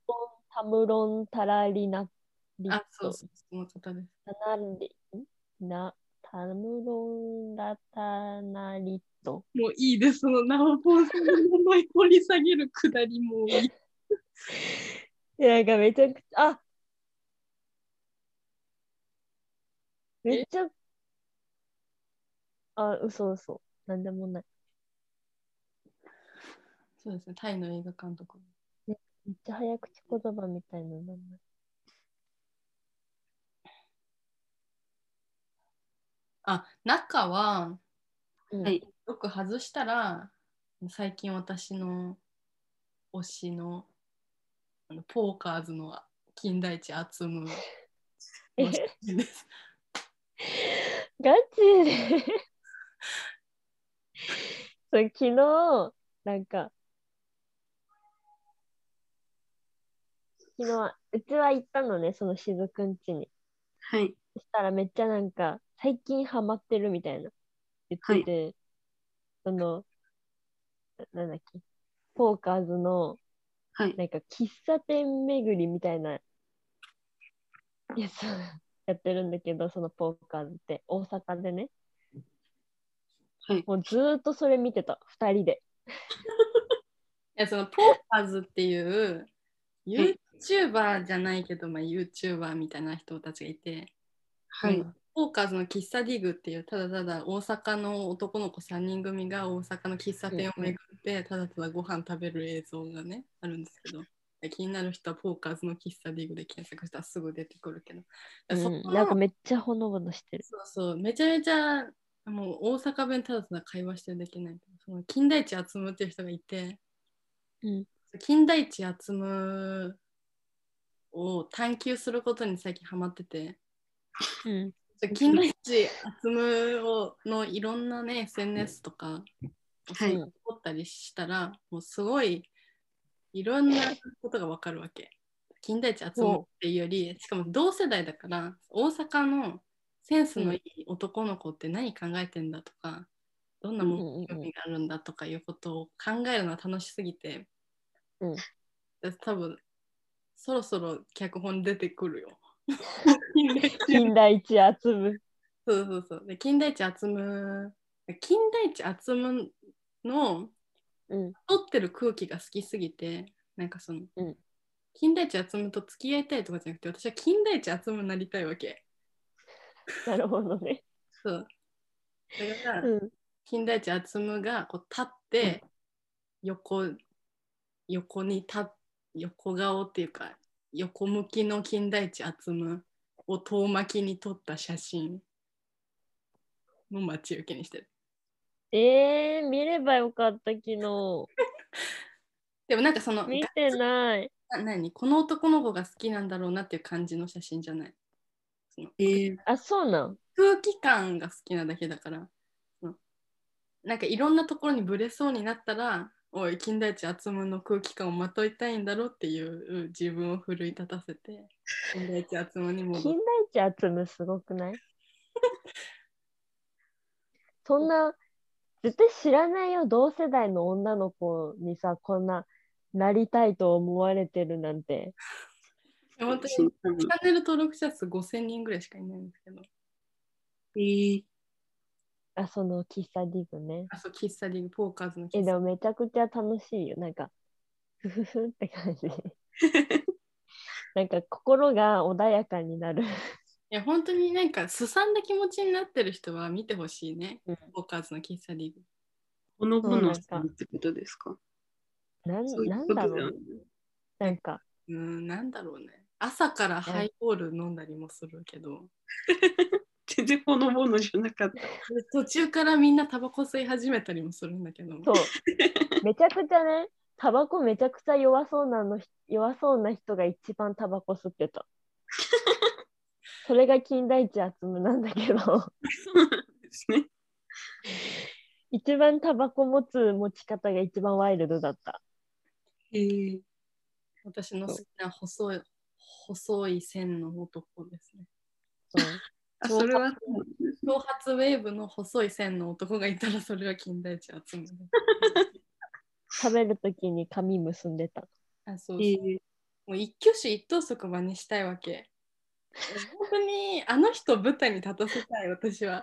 S1: タムロン、タラリナ、リッ
S2: あそ
S1: ト
S2: う、そうその方です。
S1: タナリ、んな、タムロン、ラタナリット。
S2: もういいですそのなわぽんさんの名前掘り下げるくだりもういい。
S1: いや、なんかめちゃくちゃ、あめっちゃ、あ、嘘嘘。なんでもない。
S2: そうですねタイの映画監督。
S1: めっちゃ早口言葉みたいな名前。
S2: あ中は
S1: うん
S4: はい
S2: よく外したら最近私の推しのあのポーカーズの金田一厚む
S1: え
S2: の写真です
S1: ガチでそう昨日なんか昨日うちは行ったのねそのしずくんちに
S4: はい
S1: そしたらめっちゃなんか最近ハマってるみたいな言ってて、そのななんだっけポーカーズの
S4: はい
S1: なんか喫茶店巡りみたいなやつをやってるんだけどそのポーカーズって大阪でね、
S4: はい
S1: もうずーっとそれ見てた2人で
S2: いやそのポーカーズっていう YouTuber じゃないけど、まあ、YouTuber みたいな人たちがいて、
S4: はい、
S2: うんポーカーズの喫茶ディグっていうただただ大阪の男の子3人組が大阪の喫茶店を巡ってただただご飯食べる映像がねあるんですけど気になる人はポーカーズの喫茶ディグで検索したらすぐ出てくるけど、そこ
S1: うん
S2: の
S1: なんかめっちゃほのぼのしてる
S2: そうそうめちゃめちゃもう大阪弁ただただ会話してるだけないその金田一厚むっていう人がいて、
S1: うん
S2: 金田一厚むを探求することに最近ハマってて。
S1: うん
S2: そう金田一集むをのいろんなね SNS とか
S4: はい
S2: 撮ったりしたら、もうすごいいろんなことがわかるわけ。金田一集むっていうよりしかも同世代だから大阪のセンスのいい男の子って何考えてんだとか、どんなものに興味があるんだとかいうことを考えるのは楽しすぎて、
S1: うん
S2: だ多分そろそろ脚本出てくるよ。
S1: 金田一厚む
S2: そうそうそう。で、金田一厚む、金田一厚むの
S1: うん
S2: 撮ってる空気が好きすぎて、なんかその、
S1: うん
S2: 金田一厚むと付き合いたいとかじゃなくて、私は金田一厚むになりたいわけ。
S1: なるほどね
S2: そう。だから、
S1: うん
S2: 金田一厚むがこう立って、横、横に立っ横顔っていうか、横向きの金田一厚むを遠巻きに撮った写真の待ち受けにしてる。
S1: えー、見ればよかった、昨日。
S2: でもなんかその、
S1: 見てない。
S2: な何この男の子が好きなんだろうなっていう感じの写真じゃない。その
S1: あ、そうなん。
S2: 空気感が好きなだけだから、そのなんかいろんなところにぶれそうになったら、おい、金田一厚むの空気感をまといたいんだろうっていう自分を奮い立たせて、金田一厚むに戻っ
S1: 金田一集むすごくない
S4: <laughs>
S1: そんな、絶対知らないよ、同世代の女の子にさ、こんな、なりたいと思われてるなんて。
S2: て、本当に
S4: そ
S2: チ
S4: う多分
S2: ャンネル登録者数5000人ぐらいしかいないんですけど、
S4: えー
S1: あ、その喫茶ディグね。
S2: あ、そう、喫茶リーグ、ポーカーズの
S1: え、
S2: 喫
S1: で
S2: 茶
S1: もめちゃくちゃ楽しいよ。なんか、ふふふって感
S4: <laughs>
S1: じ。なんか心が穏やかになる。
S2: いや本当になんかすさんだ気持ちになってる人は見てほしいね、
S1: うん
S2: ポーカーズの喫茶リーグ。
S4: ほのぼのさんってことですか
S1: なん
S4: そうい
S1: なん
S4: うこ
S1: だ
S4: とじ
S1: ろ
S4: ゃ
S1: う。なんか、
S2: うーん、なんだろうね。朝からハイボール飲んだりもするけど、
S4: 全然ほのぼのじゃなかった。
S2: で途中からみんなタバコ吸い始めたりもするんだけど、
S1: そう。めちゃくちゃね、タバコめちゃくちゃ弱そうなの弱そうな人が一番タバコ吸って <laughs> た。それが金田一集むなんだけど、
S4: そうなんですね。
S1: 一番タバコ持つ持ち方が一番ワイルドだった。
S4: えー、
S2: 私の好きな細い細い線の男ですね。
S1: そう
S4: あそれはそうなんですね
S2: 挑発ウェーブの細い線の男がいたらそれは金田一集む。
S1: 食べるときに髪結んでた。
S2: あそうそう
S4: えー
S2: もう一挙手一投足真似したいわけ。本当にあの人を舞台に立たせたい
S1: <laughs>
S2: 私は。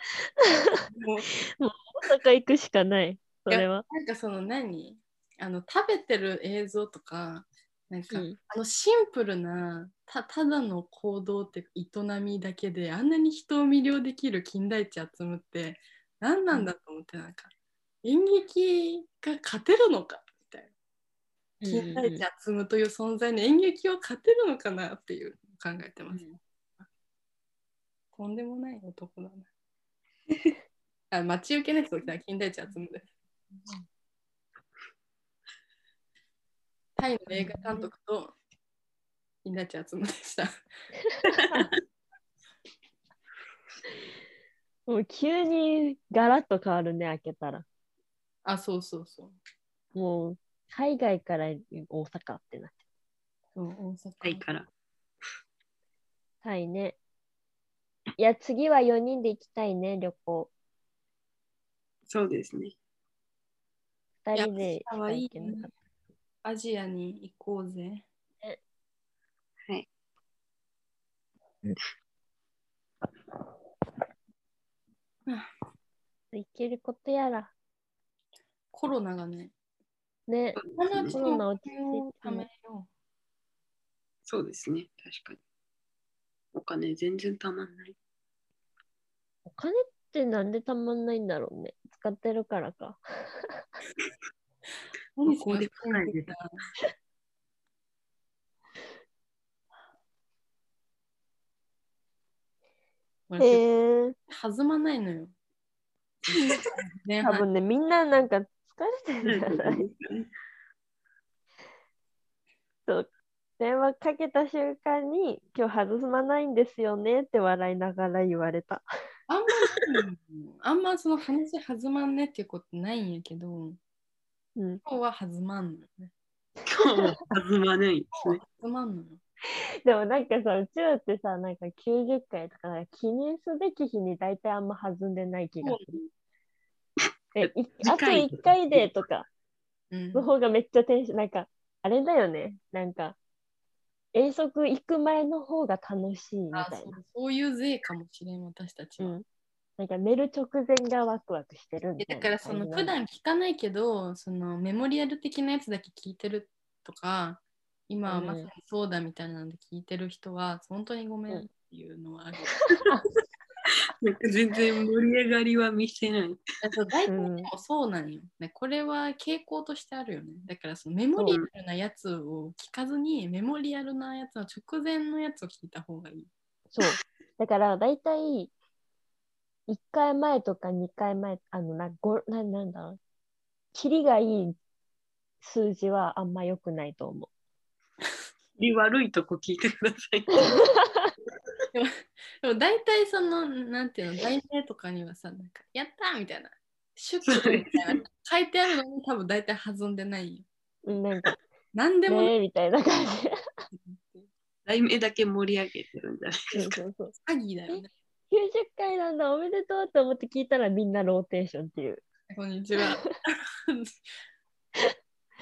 S2: もう
S1: 大阪行くしかない。それは。
S2: なんかその何あの食べてる映像とかなんか、
S1: うん
S2: あのシンプルなたただの行動っていうか営みだけであんなに人を魅了できる金田一集むって何なんだと思って、なんか演劇が勝てるのかみたいな。金田一集むという存在に演劇を勝てるのかなっていう考えてます。とんでもない <laughs> 男だな。あ待ち受けの人来たら金田一集むです。タイの映画監督と金田一集むでした。
S1: もう急にガラッと変わるね、開けたら。
S2: あ、そうそうそう。
S1: もう海外から大阪ってなっちゃ
S2: そう大阪、
S4: はいから。
S1: う。はいね。いや、次は4人で行きたいね、旅行。
S4: そうですね。
S1: 2人でし
S2: いや
S1: か行けなかっ
S2: アジアに行こうぜ。
S1: た。行けることやら。
S2: コロナがね、
S1: ね、
S2: コロナ
S1: コロナ落ち着いても
S2: ためよ
S4: そうですね。確かに。お金全然たまんない。
S1: お金ってなんでたまんないんだろうね。使ってるからか。
S2: う。
S4: 何その世界で
S1: へ
S2: 私
S1: え。
S2: 弾まないのよ。前
S1: 多
S2: 半
S1: 分ね、みんななんか疲れてるんじゃ
S2: <laughs>
S1: ない
S4: は
S1: 電話かけた瞬間に今日外まないんですよねって笑いながら言われた。
S2: あんまないのよあんまその話弾まんねっていうことないんやけど、
S1: うん、
S2: 今日は弾まんのよね。
S4: ずまないです
S2: 今日。は
S4: ね
S2: 弾まんのよ。
S1: でもなんかさ、うちらってさ、なんか90回とかなんか記念すべき日に大体あんま弾んでない気がする。え、いあと
S4: 次回
S1: 1回でとか
S2: うん
S1: の方がめっちゃテンション、なんかあれだよね、なんか遠足行く前の方が楽しいみ
S2: あ
S1: たい
S2: そ
S1: な。
S2: うそういう税かもしれん、私たち
S1: う
S2: は。
S1: ん、なんか寝る直前がワクワクしてるみ
S2: え
S1: たい
S2: だ
S1: な
S2: か
S1: 感じな
S2: らそ
S1: んだ。
S2: の普段聞かないけどそのメモリアル的なやつだけ聞いてるとか今はまさにそうだみたいなので聞いてる人は本当にごめんっていうのはある。 <laughs>
S4: なんか全然盛り上がりは見せない。
S2: だから大体
S1: うん
S2: でもそうなんよ、ね。これは傾向としてあるよね。だからそのメモリアルなやつを聞かずにメモリアルなやつの直前のやつを聞いた方がいい。
S1: そう。だから大体、 1回前とか2回前、あのな、ごななんだろう。キリがいい数字はあんま良くないと思う。
S4: り悪いとこ聞いてください。
S2: でも大体そのなんていうの題名とかにはさなんかやったーみた <laughs> いな祝みたいな書いてあるのに多分大体弾んでないよ。
S1: うんなんか、
S2: なんで <laughs> もない
S1: ねえみたいな感
S4: 題名だけ盛り上げてるんじゃないで
S1: じ。そ
S4: す
S1: う
S4: か。
S1: そうそう
S2: 詐欺だよね。
S1: 90回なんだ、おめでとうって思って聞いたらみんなローテーションっていう。
S2: こんに
S1: <laughs>
S2: ちは。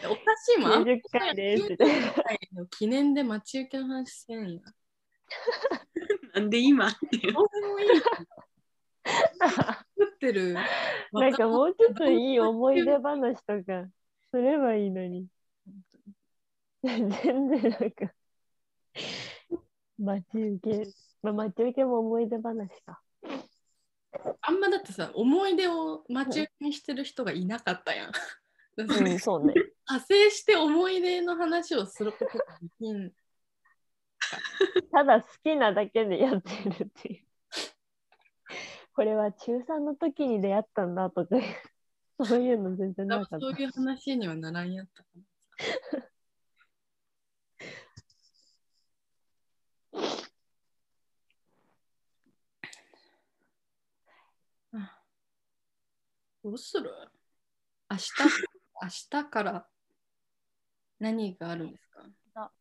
S2: おかしいもん。あんま
S1: 90回ですみたいな。
S2: 90回の記念で待ち受けの話せんよ。
S4: なんで今っていう
S2: どうでもいい。作ってる。
S1: <laughs> なんかもうちょっといい思い出話とかすればいいのに。全然なんか待ち受け、まあ、待ち受けも思い出話か。
S2: あんまだってさ、思い出を待ち受けにしてる人がいなかったやん。
S1: うん、そうね。
S2: <laughs> 派生して思い出の話をすることができん。
S1: ただ好きなだけでやってるっていう。これは中3の時に出会ったんだとかいう、そういうの全然なかっ
S2: そういう話にはならんやったかな。 <laughs> あどうする明日明日から何があるんですか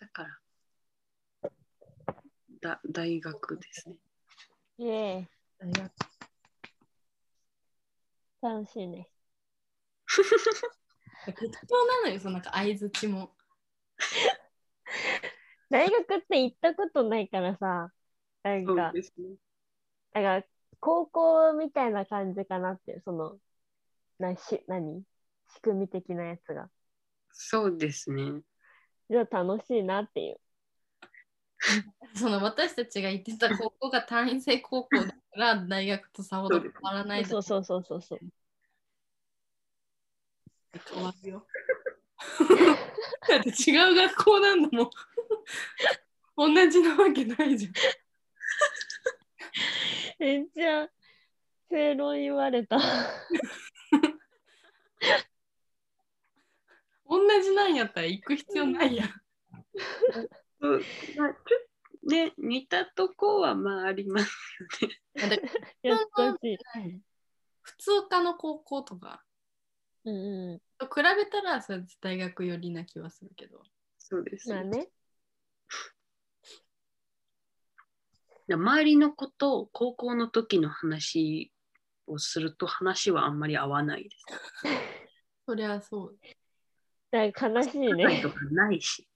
S4: だからだ大学ですね。
S1: た。イエ
S2: 大学
S1: ー楽しいね。
S2: 適当なのよ、そのなんか相づちも。
S1: 大学って行ったことないからさ、なん
S4: そう
S1: か、
S4: ですね。
S1: だから高校みたいな感じかなって、その、なし何仕組み的なやつが。
S4: そうですね。
S1: じゃあ楽しいなっていう。
S2: その私たちが行ってた高校が単位制高校だから大学とさほど変わらないだ
S1: そうそうそうそうそう。
S2: 変わるよ。だって違う学校なんだもん。同じなわけないじゃん。
S1: めっちゃ正論言われた。
S2: 同じなんやったら行く必要ないやん。
S4: そうまあ、ちょっとね似たとこはまああります。
S1: やってほしい。
S2: 普通科の高校とか
S1: うんう
S2: と比べたらそれ大学寄りな気はするけど。
S4: そうです
S1: ん。まあ
S4: ね。
S1: ね。
S4: 周りの子と高校の時の話をすると話はあんまり合わないです。
S2: そりゃそう。
S1: だから悲しい
S4: 高い
S1: ね。
S4: とかないし。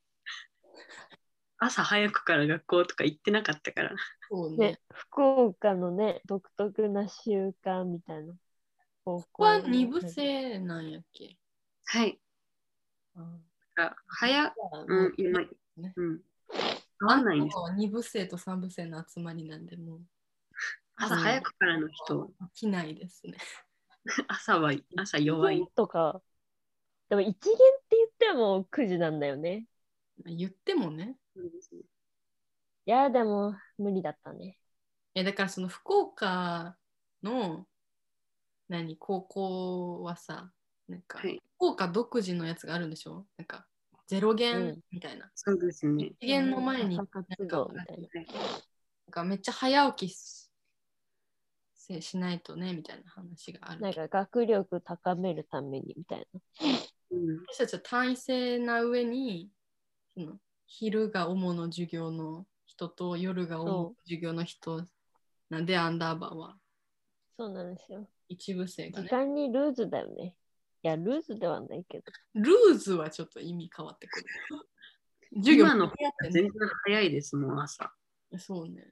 S4: 朝早くから学校とか行ってなかったから。
S2: そうね。
S1: ね、福岡のね、独特な習慣みたいな。高校
S2: ここは二部制なんやっけ。
S4: はい。あ早う、
S2: うん
S4: 今、
S2: ね
S4: うん。合わないんです。
S2: 二部生と三部生の集まりなんでもう
S4: 朝早くからの人は、 <laughs>
S2: 飽きないですね。
S4: 朝は、朝弱
S1: 一
S4: い
S1: 限。とか。でも一限って言っても9時なんだよね。
S2: 言ってもね。
S1: いや、でも無理だったね。
S2: いやだからその福岡の何高校はさなんか、
S4: はい
S2: 福岡独自のやつがあるんでしょなんかゼロ
S1: うん
S2: 限みたいな、
S4: そうですね。
S2: 一限の前に
S1: 朝
S2: なん
S1: 活
S2: か
S1: 動みたいな。
S2: なんかめっちゃ早起きしせしないとねみたいな話がある
S1: なん
S2: けど
S1: か学力高めるためにみたいな。
S4: うん、
S2: 私たちは単位制な上にその昼が主の授業の人と夜が主の授業の人なんでアンダーバーは
S1: そうなんですよ。
S2: 一部生が
S1: 時
S2: ね
S1: 間にルーズだよね。いや、ルーズではないけど。
S2: ルーズはちょっと意味変わってくる。授業
S4: 今の
S2: 組み合って
S4: 全
S2: ね
S4: 然早いです、もう朝。
S2: そうね。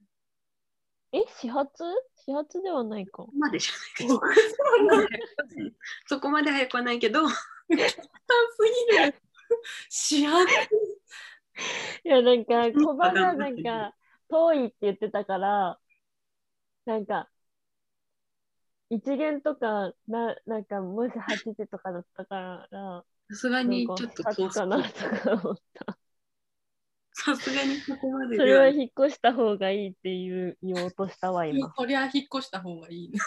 S1: え、始発始発ではないか
S4: そ。こまでじゃないです。そこまで早くはないけど、
S2: すぎる。始発
S1: いや、なん
S4: <laughs>
S1: か、小
S4: ま
S1: バ
S4: だ
S1: がなんか、遠いって言ってたから、なんか、一元とか、ななんか、もし8時とかだったから、
S4: さすが
S1: なん
S4: に
S1: か
S4: ちょっと
S1: 始
S4: 遠
S1: 発
S4: す
S1: かなとか思った。
S4: さすがにそこまで
S1: そ
S4: で
S1: れは
S4: は
S1: 引っ越した方がいいっていう言おうとしたわ、今。
S2: そりゃ引っ越した方がいいね。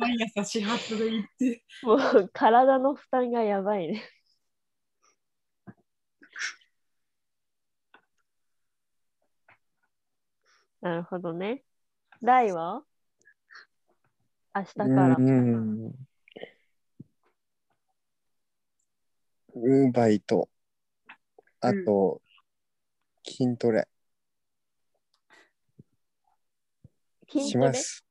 S2: 毎朝始発で行って。
S1: もう体の負担がやばいね。 <laughs> なるほどね。大は明日から
S3: う。ん。ウーバイと、あと、筋トレ
S1: 筋
S3: し
S1: トレ
S3: ます。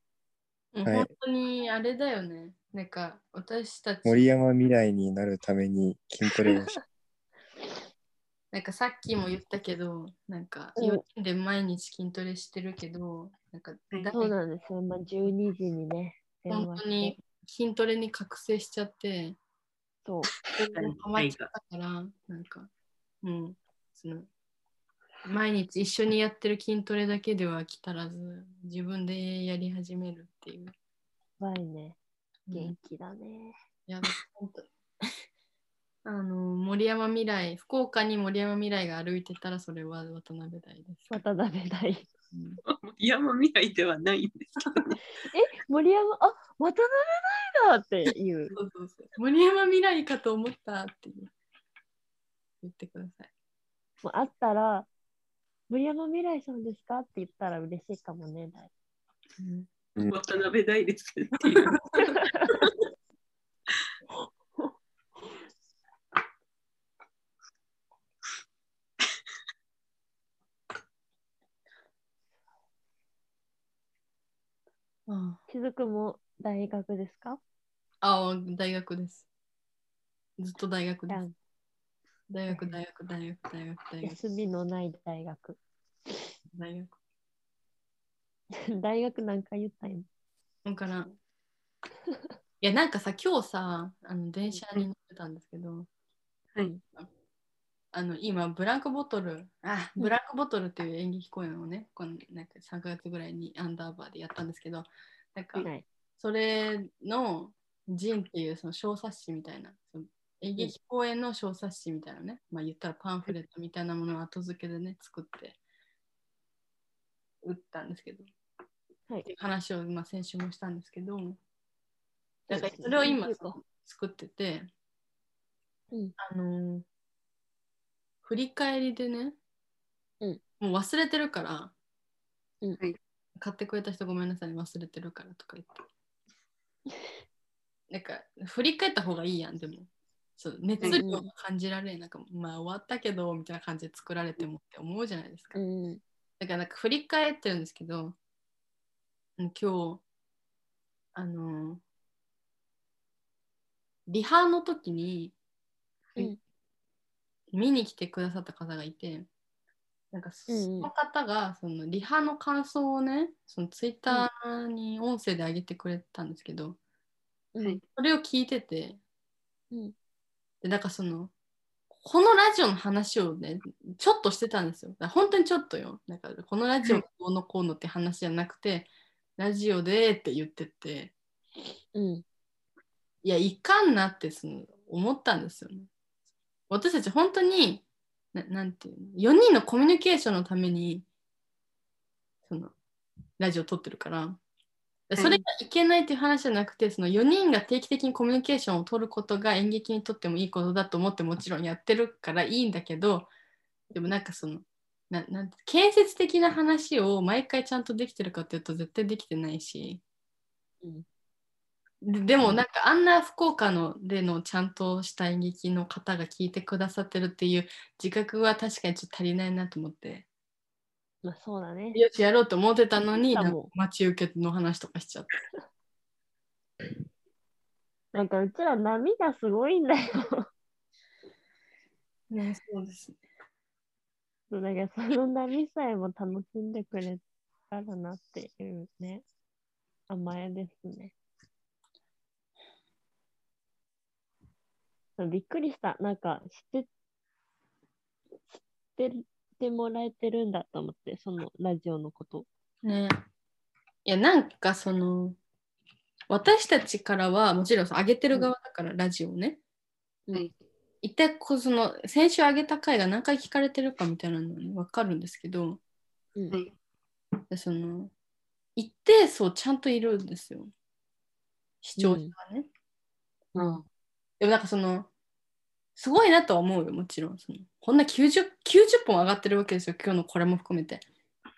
S2: うん
S3: はい
S2: 本当にあれだよね。なんか私たち、
S3: 森山未来になるために筋トレをし
S2: なんかさっきも言ったけど、なんか
S1: うん
S2: 4人で毎日筋トレしてるけど、なんか
S4: はい
S1: そう
S2: 誰
S1: なんですよ。まあ、12時にね、電
S2: 本
S1: 話
S2: 当
S1: し
S2: に
S1: て。
S2: 筋トレに覚醒しちゃって、
S1: そう。
S2: ハマっちゃったから、なんか、うん、その、毎日一緒にやってる筋トレだけでは飽き足らず、自分でやり始めるっていう。
S1: やばいね。
S2: うん
S1: 元気だね。
S2: いや、本当 <laughs> あの、森山未来、福岡に森山未来が歩いてたら、それは渡辺大です。
S1: 渡辺大。
S2: うん
S4: 山未来ではないんですけどね。
S1: <laughs> 森山、あ渡辺大だっていう。 <laughs>
S2: そうそうそう森山未来かと思ったっていう言ってください。
S1: もうあったら、森山未来さんですかって言ったら嬉しいかもね。大
S2: うん
S4: 渡辺大ですっていう。
S2: あ
S1: しずくも大学ですか
S2: あ、大学です。ずっと大学で
S1: ダ
S2: す。
S1: ン
S2: 大学、大学、大学、大学、大学、
S1: 休みのない大学。 <laughs>
S2: 大学。
S1: 大学なんか言ったんや
S2: だから、いや、なんかさ、今日さ、あの電車に乗ってたんですけど、
S4: はい
S2: あの今、ブランクボトル、あブランクボトルっていう演劇公演をね、このなんか3ヶ月ぐらいにアンダーバーでやったんですけど、なんか、
S1: はい。
S2: それの「ジン」っていうその小冊子みたいなその演劇公演の小冊子みたいなね、まあ言ったらパンフレットみたいなものを後付けでね作って売ったんですけど、
S1: はい
S2: っていう話をまあ先週もしたんですけどだから
S1: そうですね
S2: それを今
S1: いいか
S2: 作ってて、
S1: うん
S2: あのー振り返りでね、
S1: うん
S2: もう忘れてるから、
S1: うん
S4: はい
S2: 買ってくれた人ごめんなさい忘れてるからとか言って <laughs> なんか振り返った方がいいやんでもそう熱量が感じられんなんかまあ終わったけどみたいな感じで作られてもって思うじゃないですか、
S1: うん。
S2: だからなんか振り返ってるんですけどうん今日あのリハの時に、
S1: うん
S2: 見に来てくださった方がいてなんかそ
S1: うんうん
S2: の方がそのリハの感想をねそのツイッターに音声で上げてくれたんですけど、
S1: うん
S4: はい
S2: それを聞いてて、
S1: うん
S2: でなんかそのこのラジオの話をねちょっとしてたんですよだから本当にちょっとよなんかこのラジオがどうのこうのって話じゃなくてラジオでって言ってて
S1: うん。
S2: いやいかんなってその思ったんですよね私たち本当にななんていうの4人のコミュニケーションのためにそのラジオを撮ってるからそれがいけないっていう話じゃなくて、その4人が定期的にコミュニケーションを取ることが演劇にとってもいいことだと思ってもちろんやってるからいいんだけどでもなんかそのななんて建設的な話を毎回ちゃんとできてるかっていうと絶対できてないし、
S1: うん
S2: ででもなんかあんな福岡のでのちゃんとした演劇の方が聞いてくださってるっていう自覚は確かにちょっと足りないなと思って
S1: まあそうだね。
S2: よしやろうと思ってたのに
S1: 多
S2: な
S1: 分
S2: んか待ち受けの話とかしちゃって
S1: なんかうちら波がすごいんだよ。
S2: ねそうですね
S1: そうだからその波さえも楽しんでくれたらなっていうね。甘えですね。そうびっくりした。なんか知って、知っててもらえてるんだと思って、そのラジオのこと。
S2: ねいやなんかその私たちからはもちろんさ上げてる側だから、ラジオをね、
S1: うん
S2: 一体こうその先週上げた回が何回聞かれてるかみたいなのね分かるんですけど
S1: うん
S4: はい
S2: でその一定数ちゃんといるんですよ視聴者がね、
S4: うん。
S2: でもなんかそのすごいなとは思うよもちろんそのこんな 90, 90本上がってるわけですよ今日のこれも含めて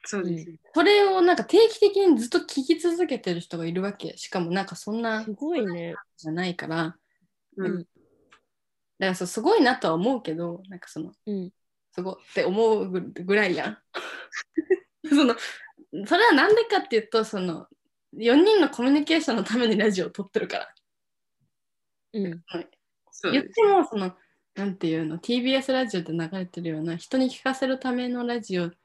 S4: そうですね。
S2: それをなんか定期的にずっと聞き続けてる人がいるわけしかもなんかそんな
S1: すごいね。
S2: じゃないからだか
S4: うん。
S2: らそうすごいなとは思うけどなんかその
S1: うん。
S2: すごいって思うぐらいやん。 <laughs> そのそれはなんでかっていうとその4人のコミュニケーションのためにラジオを撮ってるから
S1: うん。
S4: そう
S2: 言っ
S4: で
S2: て
S4: す。
S2: もそのなんていうの TBS ラジオで流れてるような人に聞かせるためのラジオじ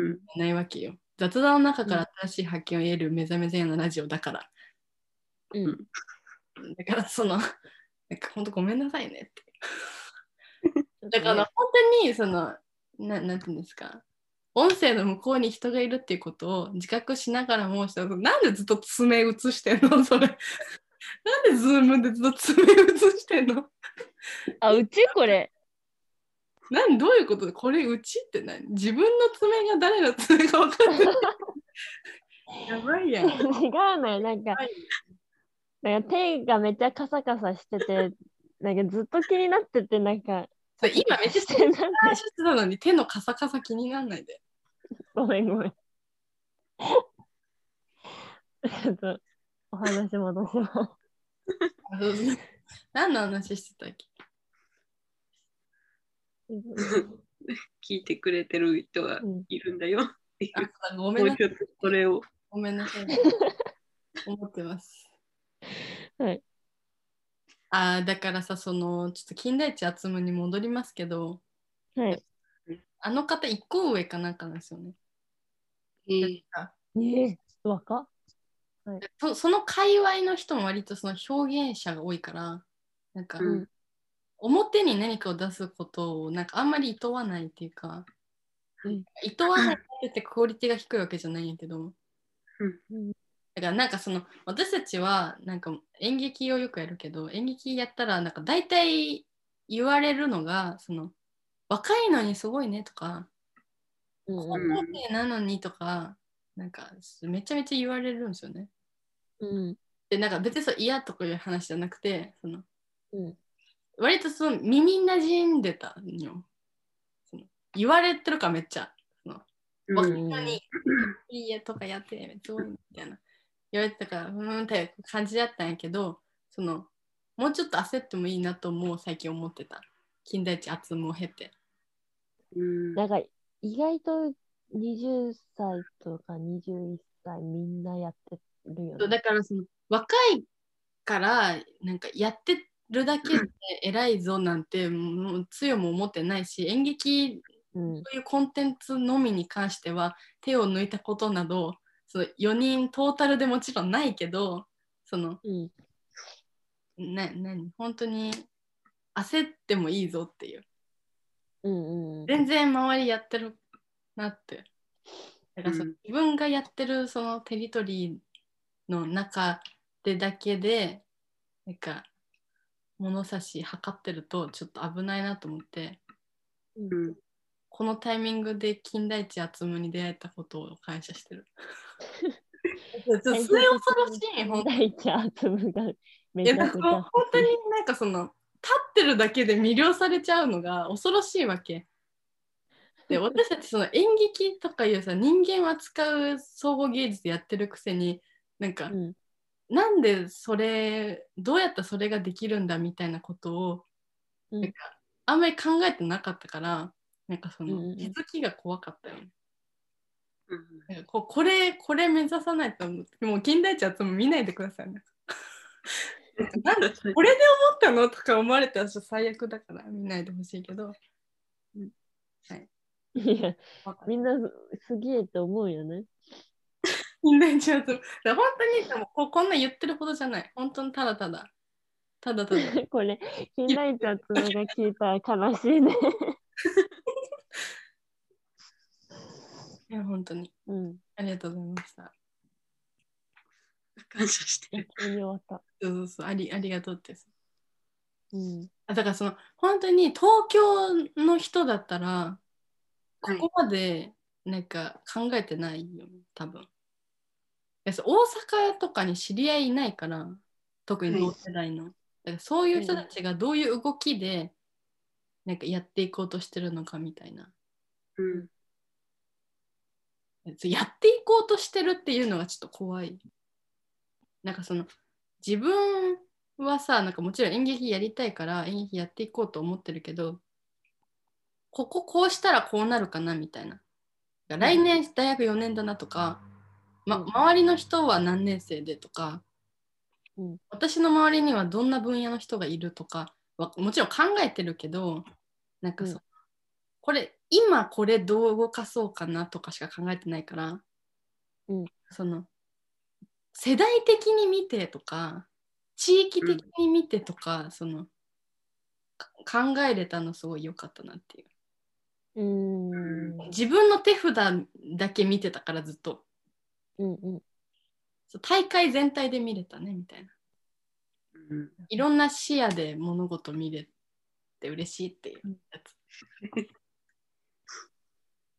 S4: うん。
S2: ゃないわけよ雑談の中から新しい発見を得る目覚め前夜のラジオだから
S1: うん。
S2: だからそのなんか本当ごめんなさいねってだ
S1: だ
S2: か
S1: からら、
S2: 本当にそのななんていうんですか音声の向こうに人がいるっていうことを自覚しながらも人なんでずっと爪映してんのそれ <laughs> なんでズームでずっと爪映してんの
S1: あ、うちこれ。
S2: なんどういうことこれうちって何自分の爪が誰の爪か分かってないやばいや
S1: <laughs>
S2: ん
S1: 違うのよ。なんか、なんか手がめっちゃカサカサして <laughs> て、なんかずっと気になってて、なんか、
S2: それ今めっちゃして
S1: してなん
S2: 話してたのに手のカサカサ気にならないで
S1: <laughs> ごめんごめん。ちょっと、お話戻します。
S2: あそうそう何の話してたっけ
S1: <laughs>
S4: 聞いてくれてる人が
S1: うん
S4: いるんだよってい
S2: あ
S4: う。
S2: ごめ
S4: も
S2: んな
S4: う
S2: さい
S4: ちょっとそれを。
S2: ごめんなさい。思ってます。
S1: はい。
S2: ああ、だからさ、その、ちょっと金田一厚夢に戻りますけど、
S1: はい。
S2: あの方、一個上かなんかなんですよね。
S1: ええ若っ
S2: そその界隈の人も割とその表現者が多いから、なんか、
S4: うん
S2: 表に何かを出すことを、なんかあんまり厭わないっていうか、
S1: うん
S2: 厭わないってってクオリティが低いわけじゃないんやけど、だからなんかその私たちはなんか演劇をよくやるけど演劇やったらなんか大体言われるのがその若いのにすごいねとか
S1: うん
S2: 高校生なのにとかなんかめちゃめちゃ言われるんですよね。
S1: うん。
S2: でなんか別にそう嫌とかいう話じゃなくてその
S1: うん。
S2: 割とその耳馴染んでたんよ。その言われてるからめっちゃ。
S4: う
S2: 若い
S4: ん。
S2: のにいいやとかやってめっちゃ多いみたいな言われてたからうーんって感じだったんやけどそのもうちょっと焦ってもいいなともう最近思ってた金田一厚夢を経て
S4: うん
S1: なんか、意外と20歳とか21歳みんなやってるよ
S2: そ
S1: ね。
S2: うだからその若いからなんかやってるだけで偉いぞなんてもう強も思ってないし演劇
S1: うん。
S2: というコンテンツのみに関しては手を抜いたことなどその4人トータルでもちろんないけどその
S1: うん。
S2: な何本当に焦ってもいいぞっていう
S1: うんうん。
S2: 全然周りやってるなってだからその
S4: うん
S2: 自分がやってるそのテリトリーの中でだけでなんか物差し測ってるとちょっと危ないなと思って
S4: うん
S2: このタイミングで金田一厚夢に出会えたことを感謝し
S1: <laughs>
S2: てるちょっと末恐ろしい本当に
S1: 大ちゃん集むがめ
S2: い
S1: ち
S2: や
S1: ゃ
S2: なん
S1: く
S2: か
S1: ち
S2: もう
S1: ゃ
S2: 本。当になんかその立ってるだけで魅了されちゃうのが恐ろしいわけ。
S1: <laughs>
S2: で私たちその演劇とかいうさ人間を扱う総合芸術やってるくせになんか、
S1: うん
S2: なんでそれどうやったらそれができるんだみたいなことを、
S1: うん
S2: なんかあんまり考えてなかったからなんかその、
S1: うんうんうん
S2: 気づきが怖かったよね。
S4: うん
S2: なんかここれこれ目指さないともう近代値集も見ないでくださいね。なんでこれで思ったのとか思われたら最悪だから見ないでほしいけど。
S1: いや、みんなすげえと思うよね。 <laughs>
S2: 近代ちゃんと。だから本当にでもここんなん言ってるほどじゃない。本当にただただ。ただただ。
S1: これ、金田一集むが聞いたら悲しい
S2: <laughs>
S1: ね。
S2: いや本当に。
S1: うん。
S2: ありがとうございました。
S4: 感謝して
S1: いや
S4: る。
S1: 急に終わった。
S2: そうそうそう。ありありがとうって。
S1: うん。
S2: あだからその本当に東京の人だったらこ
S4: はい
S2: こまでなんか考えてないよ多分いやそう大阪とかに知り合いいないから特に同世代の、だからそういう人たちがどういう動きでなんかやっていこうとしてるのかみたいな
S4: うん
S2: そうやっていこうとしてるっていうのがちょっと怖い。なんかその自分はさなんかもちろん演劇やりたいから演劇やっていこうと思ってるけどこここうしたらこうなるかなみたいな。来年大学4年だなとか、ま、周りの人は何年生でとか、
S1: うん
S2: 私の周りにはどんな分野の人がいるとかはもちろん考えてるけどなんかそう、
S1: うん
S2: これ今これどう動かそうかなとかしか考えてないから、
S1: うん
S2: その世代的に見てとか地域的に見てとか、そのか考えれたのすごい良かったなっていう
S1: うん。
S2: 自分の手札だけ見てたからずっと
S1: うんうん。
S2: そう大会全体で見れたねみたいな
S4: うん
S2: いろんな視野で物事見れて嬉しいっていうやつ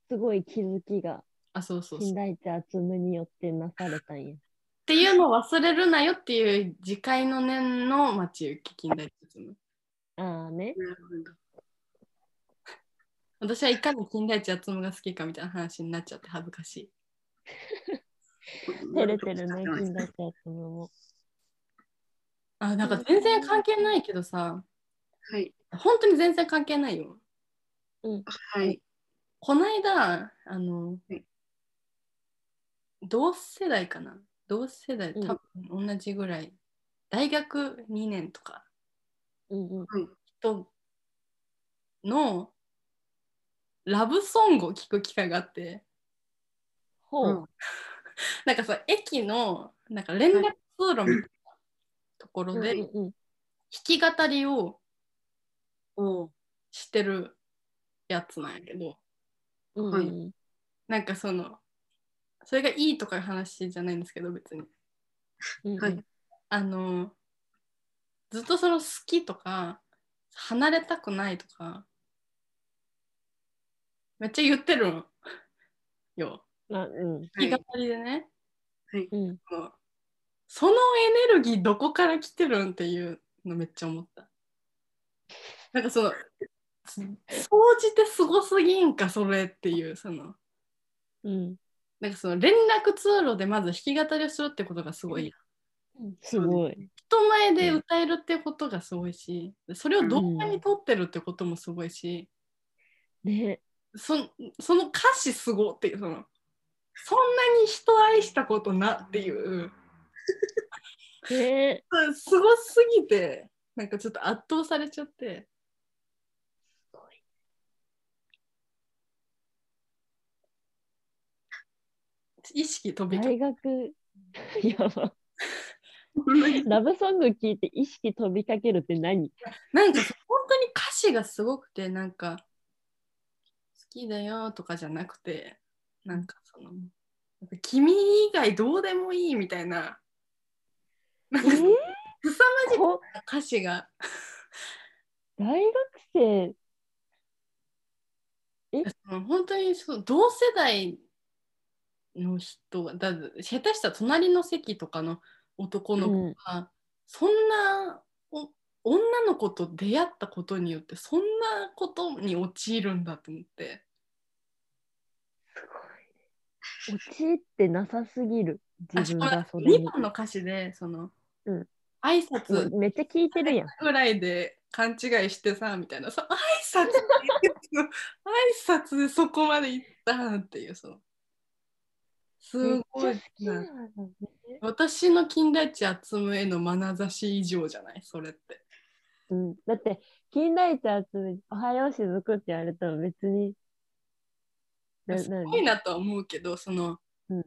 S1: すごい気づきが、
S2: あそうそうそう
S1: 金田一厚むによってなされたんや。
S2: っていうのを忘れるなよっていう次回の念の町行き近代哲
S1: ああね。
S4: なるほど
S2: 私はいかに金田一厚むが好きかみたいな話になっちゃって恥ずかしい。
S1: 照れてるね、金田一厚むも。
S2: あなんか全然関係ないけどさ
S4: はい。
S2: 本当に全然関係ないよ。
S4: はい。
S2: こないだあの、
S4: はい
S2: 同世代かな同世代
S1: うん
S2: 多分同じぐらい、大学2年とか
S1: うんうん。
S2: 人のラブソングを聴く機会があって。
S1: ほ
S4: うん
S1: う。
S2: なんかさ駅のなんか連絡通路みたいなところ
S1: うんう
S2: で弾
S1: んうん。
S2: き語りを
S4: お
S2: してるやつなんやけど
S1: うん
S4: はい
S1: うん
S2: なんかそのそれがいいとかいう話じゃないんですけど別に
S1: うん。
S4: はい
S2: あのずっとその好きとか離れたくないとかめっちゃ言ってるのよ
S1: あ、うん。
S4: は
S2: 弾
S4: い
S2: き語りでね、
S1: うん。
S2: もうそのエネルギーどこから来てるんっていうのめっちゃ思ったなんかその総じてすごすぎんかそれっていうその
S1: うん。
S2: なんかその連絡通路でまず弾き語りをするってことがすごい
S1: すごい。
S2: 人前で歌えるってことがすごいしそれを動画に撮ってるってこともすごいし、
S1: ね。
S2: そんその歌詞すごっていうそのそんなに人愛したことなっていう。
S1: ね。
S2: うんすごすぎてなんかちょっと圧倒されちゃって
S1: すごい
S2: 意識飛び交
S1: 大学、 <laughs> やば。
S4: ー
S1: ラブソング聞いて意識飛びかけるって
S2: <laughs>
S1: 何
S2: なんか本当に歌詞がすごくてなんか好きだよとかじゃなくてなんかその君以外どうでもいいみたいななんか凄まじい
S1: こ
S2: 歌詞が
S1: 大学生、
S2: うん本当にそう同世代の人がだ下手したら隣の席とかの男の子が、そんなお女の子と出会ったことによってそんなことに陥るんだと思って
S1: 陥ってなさすぎる。自分がそれ
S2: 2
S1: に。
S2: 番の歌詞でその、
S1: うん
S2: 挨
S1: も
S2: 拶
S1: うめっちゃ聞いてるやん。
S2: ぐらいで勘違いしてさみたいなさ挨
S1: <laughs>
S2: 拶挨拶でそこまで行ったんっていうそのすご
S1: め
S2: い
S1: っちゃ好きなのね
S2: 私の金田一厚むへの眼差し以上じゃないそれって
S1: うん、だって、金田一集め、おはようしずくって言われたら別に。な
S2: す
S1: な
S2: ごいなとは思うけどその、
S1: うん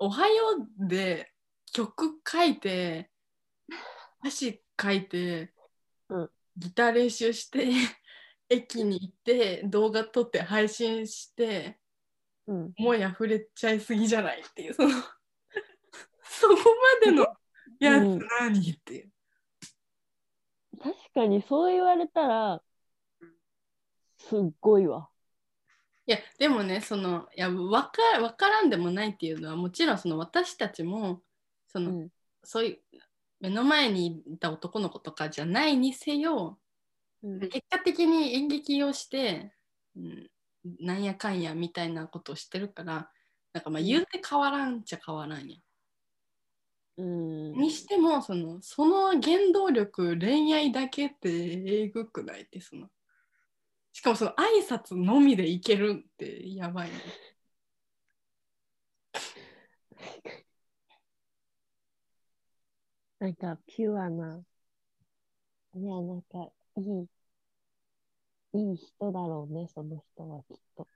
S2: おはよう」で曲書いて歌詞書いて、
S1: うん
S2: ギター練習して <laughs> 駅に行って動画撮って配信して
S1: うん、
S2: 思い溢れちゃいすぎじゃないっていうその <laughs> そこまでのやつ何、っていう
S1: 確かにそう言われたら、すっごいわ。
S2: いやでもねそのいや分か分からんでもないっていうのはもちろんその私たちもその、
S1: うん
S2: そういう目の前にいた男の子とかじゃないにせよ
S1: うん
S2: 結果的に演劇をして、うん、なんやかんやみたいなことをしてるからなんかまあ言うて変わらんちゃ変わらんやん。
S1: うん
S2: にしてもそのその原動力恋愛だけってえぐくないってそのしかもその挨拶のみでいけるってやばいね。
S1: なんかピュアな、いや、なんかいい、いい人だろうね、その人はきっと。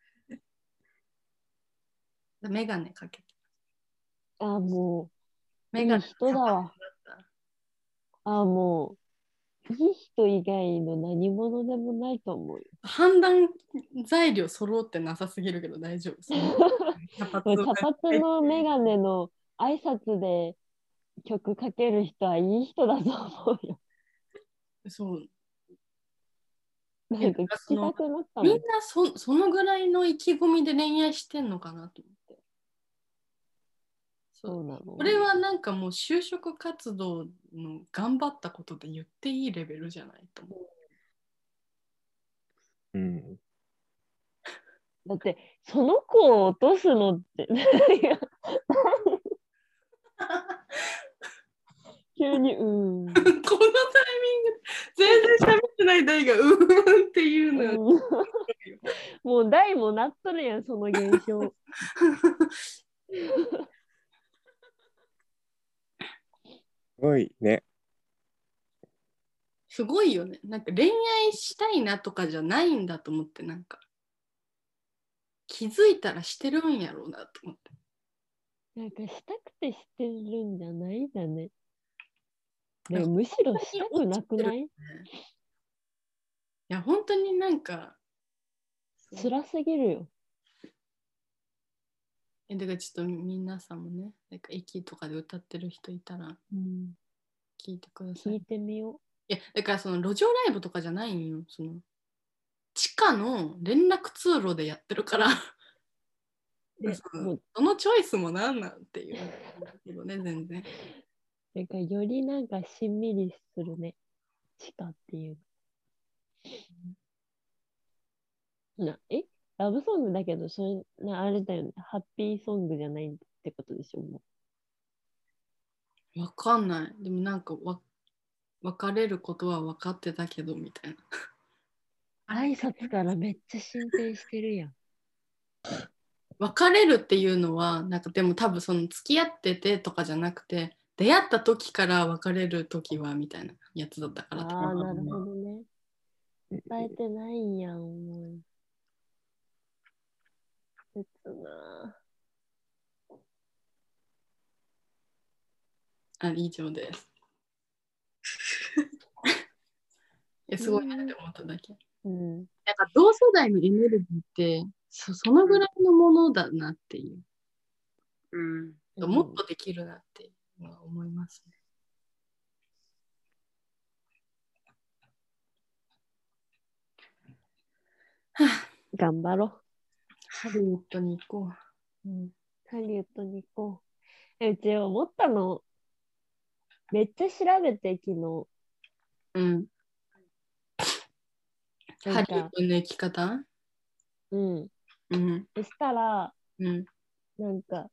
S2: メガネかけて。
S1: ああ、も
S2: メガネ
S1: いい人だわ。う、ああ、もう、いい人以外の何者でもないと思うよ。
S2: 判断材料揃ってなさすぎるけど大丈夫。そ <laughs> の茶
S1: これ
S2: 髪を
S1: 茶髪のメガネの挨拶で曲かける人はいい人だと思うよ。
S2: そう
S1: なんか聞きたくなった
S2: みん
S1: も。
S2: なんそそのぐらいの意気込みで恋愛してんのかなと思って。そう
S1: そうなの。
S2: これはなんかもう就職活動の頑張ったことで言っていいレベルじゃないと思う。 <laughs>
S3: うん。
S1: だって、その子を落とすのって、 <laughs> いや急に、うーん。
S2: このタイミング全然喋ってない台がうーんっていうのよ。
S1: もう大もなっとるやん、その現象。
S3: すごいね。
S2: <laughs> すごいよね。なんか恋愛したいなとかじゃないんだと思ってなんか気づいたらしてるんやろうなと思って。
S1: なんかしたくてしてるんじゃないんだね。でもむしろしたくなくない
S2: いや本当になんか
S1: 辛すぎるよ。
S2: えだからちょっと皆さんもねなんか駅とかで歌ってる人いたら聞いてください
S1: 聞い。てみよ
S2: いやだからその路上ライブとかじゃないんよその地下の連絡通路でやってるから
S1: <laughs> う。で
S2: そう
S1: もう
S2: そのチョイスもなんなんっていうけどね全然
S1: なんかよりなんかしんみりするね。地下っていう。なえラブソングだけど、それなあれだよね。ハッピーソングじゃないってことでしょ、もう。
S2: わかんないでもなんかわ別れることは分かってたけどみたいな
S1: 挨拶からめっちゃ進展してるやん。
S2: 別れるっていうのはなんかでも多分その付き合っててとかじゃなくて出会った時から別れる時はみたいなやつだったから
S1: <laughs> ああ、
S2: 多分
S1: なるほどね。伝えてないんやん、思い。切な
S2: あ以上です。 <laughs> いやすごいなって思っただけ。
S1: ぁ。うん。
S2: なんか同世代のエネルギーってそそのぐらいのものだなっていう、
S4: うん。
S2: もっとできるなっていうのは思いますね。
S1: 頑張ろ
S2: ハリウッドに行こう。うん、
S1: う。ハリウッドに行こう。え、うち思ったの。めっちゃ調べて、昨日。
S2: うん、
S1: なん
S2: ハリウッ
S1: か、
S2: ドの生き方
S1: うん。
S2: うん、
S1: そしたら、
S2: うん、
S1: なんか、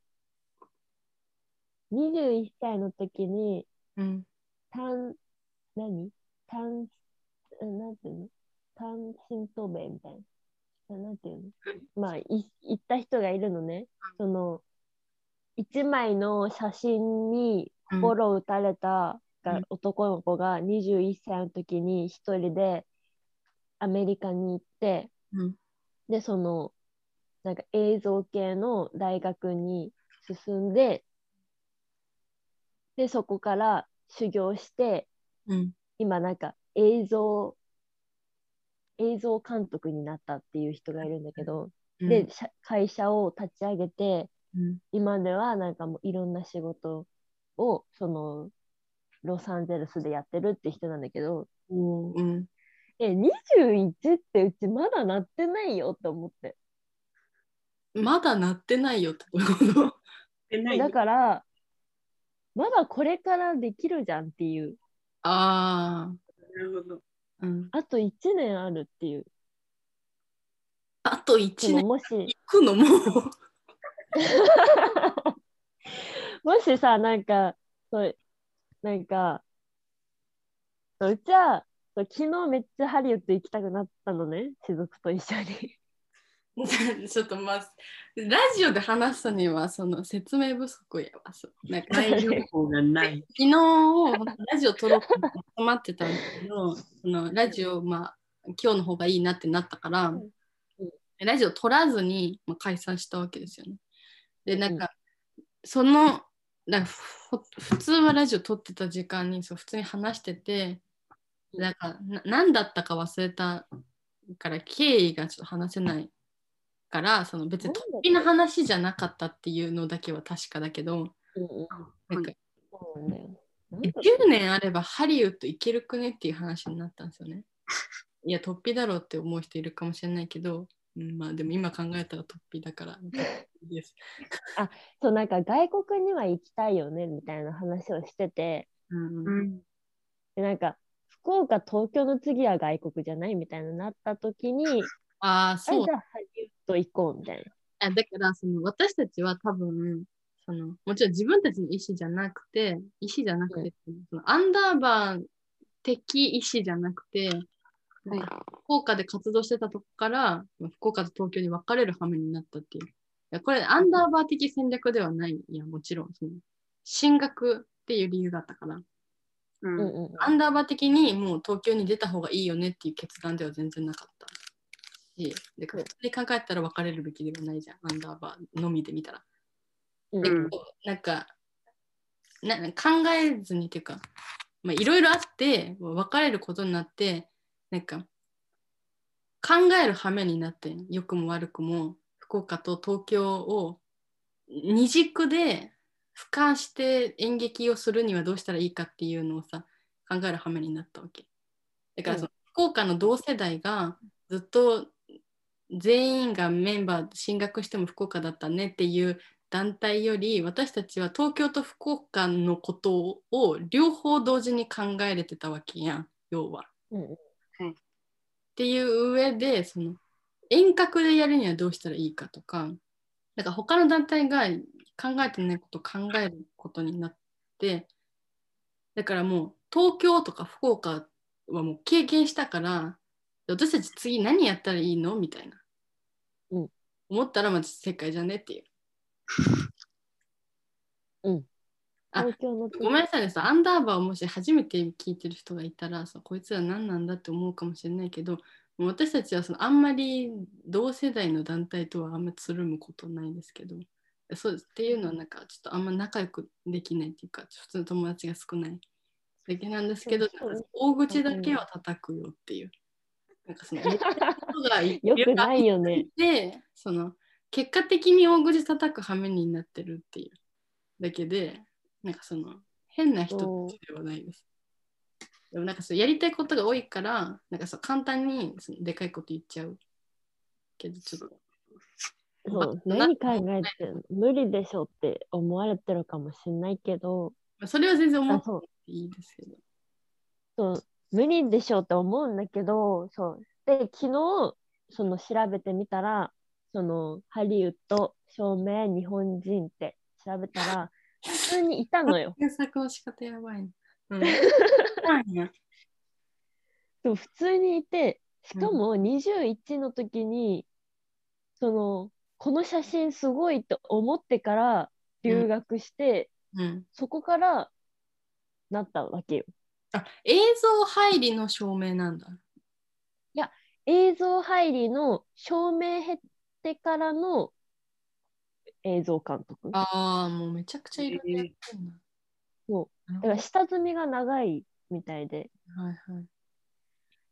S1: 21歳の時に、
S2: うん、
S1: 単、何単、えなんていうの単身渡米みたいな。ななんていうのまあ、い行った人がいるのね。その、一枚の写真に
S2: うん。
S1: 心を打たれたが、
S2: うん
S1: 男の子が21歳の時に一人でアメリカに行って、
S2: うん
S1: で、その、なんか映像系の大学に進んで、で、そこから修行して、
S2: うん
S1: 今なんか映像映像監督になったっていう人がいるんだけど、
S2: うん
S1: で社会社を立ち上げて
S2: うん
S1: 今ではなんかもういろんな仕事をそのロサンゼルスでやってるって人なんだけど
S2: おーうん。
S1: え、21ってうちまだなってないよって思って。
S2: まだなってないよってこと。
S4: でない
S1: だから、まだこれからできるじゃんっていう。
S2: <laughs> あ
S4: なるほど。
S2: あ、うん。
S1: あと1年あるっていう。
S2: あと1
S1: でも
S2: 年
S1: もし、
S2: 行くのもう。
S1: もしさ、なんか、そう、なんか、そううちは、そう昨日めっちゃハリウッド行きたくなったのね、種族と一緒に。
S2: <laughs> ちょっとまあ、ラジオで話すにはその説明不足やわ。そうなんか
S4: 前情報がない。
S2: 昨日ラジオ撮ろうかな待ってたんだけ <laughs> どそのラジオ、まあ、今日の方がいいなってなったから、
S1: んうん
S2: ラジオ撮らずに、まあ、解散したわけですよね。でなんか、
S1: う
S2: そのなんかふ普通はラジオ撮ってた時間にそう普通に話しててなんかな何だったか忘れたから経緯がちょっと話せないからその別に突飛な話じゃなかったっていうのだけは確かだけど
S1: うんうん、
S2: なんか
S1: そうなんだよ。
S2: 10年あればハリウッド行けるくねっていう話になったんです
S1: <laughs>
S2: よね。いや、突飛だろうって思う人いるかもしれないけど、うん、まあでも今考えたら突飛
S1: <laughs>
S2: だから。いいです
S1: そう、なんか外国には行きたいよねみたいな話をしてて、
S2: うん
S4: うん。
S1: で、なんか、福岡、東京の次は外国じゃないみたいななった時に、
S2: ああ、
S1: あじ
S2: そう
S1: ゃ。あハリウッド行こうみたい
S2: あだからその私たちは多分その、もちろん自分たちの意思じゃなくて、意思じゃなくて、そのアンダーバー的意思じゃなくて、なんか福岡で活動してたとこから、福岡と東京に分かれる羽目になったっていう。いやこれ、アンダーバー的戦略ではない。いや、もちろん、その進学っていう理由があったから、
S1: な。
S4: う
S1: うん
S4: ん。
S1: うん
S2: アンダーバー的にもう東京に出た方がいいよねっていう決断では全然なかった。し、で普通に考えたら別れるべきではないじゃん、アンダーバーのみで見たら。
S1: うん。
S4: う
S1: うんん
S2: なんかなな考えずにっていうかまあいろいろあってまあ別れることになってなんか考える羽目になって良くも悪くも福岡と東京を二軸で俯瞰して演劇をするにはどうしたらいいかっていうのをさ考える羽目になったわけだからその、福岡の同世代がずっと全員がメンバー進学しても福岡だったねっていう団体より私たちは東京と福岡のことを両方同時に考えれてたわけやん要は。
S1: うん
S2: っていう上でその遠隔でやるにはどうしたらいいかとかなんか他の団体が考えてないことを考えることになってだからもう東京とか福岡はもう経験したから私たち次何やったらいいのみたいな、
S1: うん
S2: 思ったらまず世界じゃねっていうあ
S1: 東京の次 <laughs>
S2: ごめんなさいね、そのアンダーバーをもし初めて聞いてる人がいたら、そうこいつら何なんだって思うかもしれないけど、もう私たちはそのあんまり同世代の団体とはあんまつるむことないですけど、そうですっていうのはなんかちょっとあんま仲良くできないっていうか、普通の友達が少ないだけなんですけど、
S1: そうそう
S2: なんか大口だけは叩くよっていう。なんかその、人がい
S1: よくないよね。
S2: でその結果的に大口叩く羽目になってるっていうだけでなんかその変な人たちではないです。でもなんかそうやりたいことが多いからなんかそう簡単にそのでかいこと言っちゃうけどちょっと
S1: そう
S2: な
S1: 何考えてんの無理でしょって思われてるかもしれないけど、
S2: まあそれは全然思
S1: あ
S2: って
S1: そう
S2: いいですけど。
S1: そう無理でしょって思うんだけどそうで昨日その調べてみたらそのハリウッド照明日本人って調べたら普通にいたの
S2: <laughs>
S1: よ。
S2: 検索の仕方やばいな。うん、
S1: でも普通にいてしかも21の時に、そのこの写真すごいと思ってから留学して、
S2: うん、
S1: そこからなったわけよ。
S2: あ映像入りの証明なんだ。
S1: 映像入りの照明減ってからの映像監督。だか
S2: ああもうめちゃくちゃいろいろやってんな。
S1: そ
S2: なるほど
S1: ら下積みが長いみたいで。
S2: はいはい。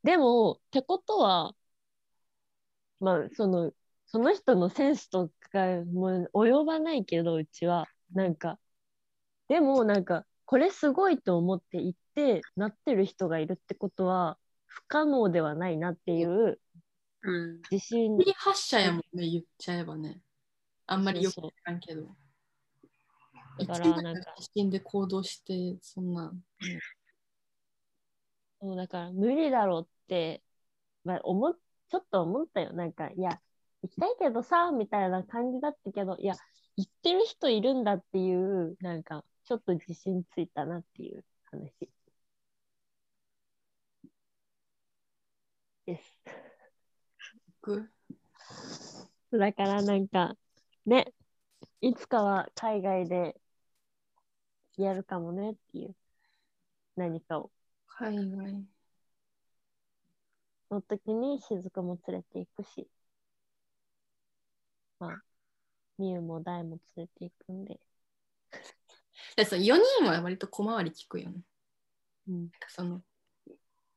S1: でも、ってことは、まあ、その、その人のセンスとかも及ばないけど、うちは。なんか、でも、なんか、これすごいと思って行っってなってる人がいるってことは不可能ではないなっていう
S4: うん。
S1: 自信
S2: に発射やもんね、言っちゃえばね。あんまりよく
S1: そう
S2: わ
S1: そ
S2: かんけど。
S1: だからなんか
S2: 一瞬で行動して、そんな。ね
S1: そうだから無理だろうって、まあ、思っちょっと思ったよなんかいや行きたいけどさみたいな感じだったけどいや行ってる人いるんだっていうなんかちょっと自信ついたなっていう話です。
S2: 僕
S1: だからなんかねいつかは海外でやるかもねっていう何かを
S2: 海外。
S1: の時に雫も連れていくしまあみゆも大も連れていくんで、
S2: でその4人は割と小回り聞くよね。
S1: うん、
S2: なんかその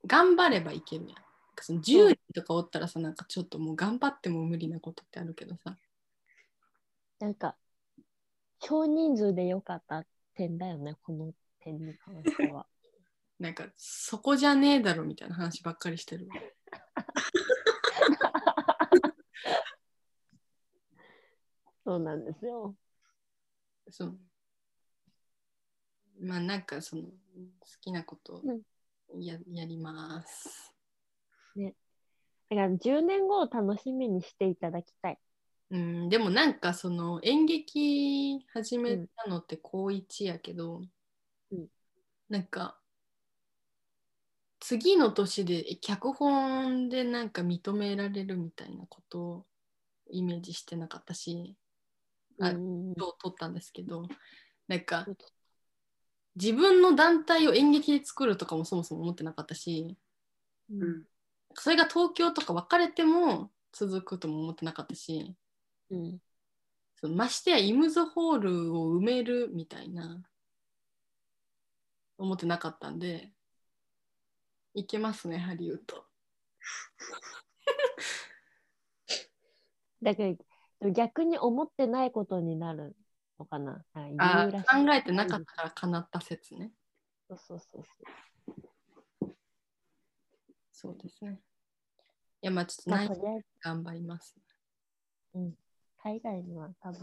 S2: 頑張ればいけるやん。なんかその10人とかおったらさ、なんかちょっともう頑張っても無理なことってあるけどさ。
S1: なんか少人数でよかった点だよねこの点に関して
S2: <laughs>
S1: は
S2: なんかそこじゃねえだろみたいな話ばっかりしてるわ。
S1: そうなんですよ
S2: そう。まあなんかその好きなことをや,、やります。
S1: だから10年後を楽しみにしていただきたい
S2: うん、でもなんかその演劇始めたのって高1やけど、
S1: うん
S2: なんか次の年で脚本でなんか認められるみたいなことをイメージしてなかったしあ
S1: うんうんうん
S2: 賞を取ったんですけどなんか
S1: そうそ
S2: 自分の団体を演劇で作るとかもそもそも思ってなかったし
S1: うん
S4: うん。
S2: それが東京とか別れても続くとも思ってなかったし
S1: うん
S2: そのましてやイムズホールを埋めるみたいな思ってなかったんでいけますねハリウッド
S1: だけど逆に思ってないことになるのかななんか
S2: あ
S1: 理由らしい
S2: 考えてなかったから叶った説ね
S1: そうそうそうそう
S2: そうですねいやまあちょっと
S1: まあ
S2: 内
S1: とりあえず
S2: 頑張ります
S1: 海外には多分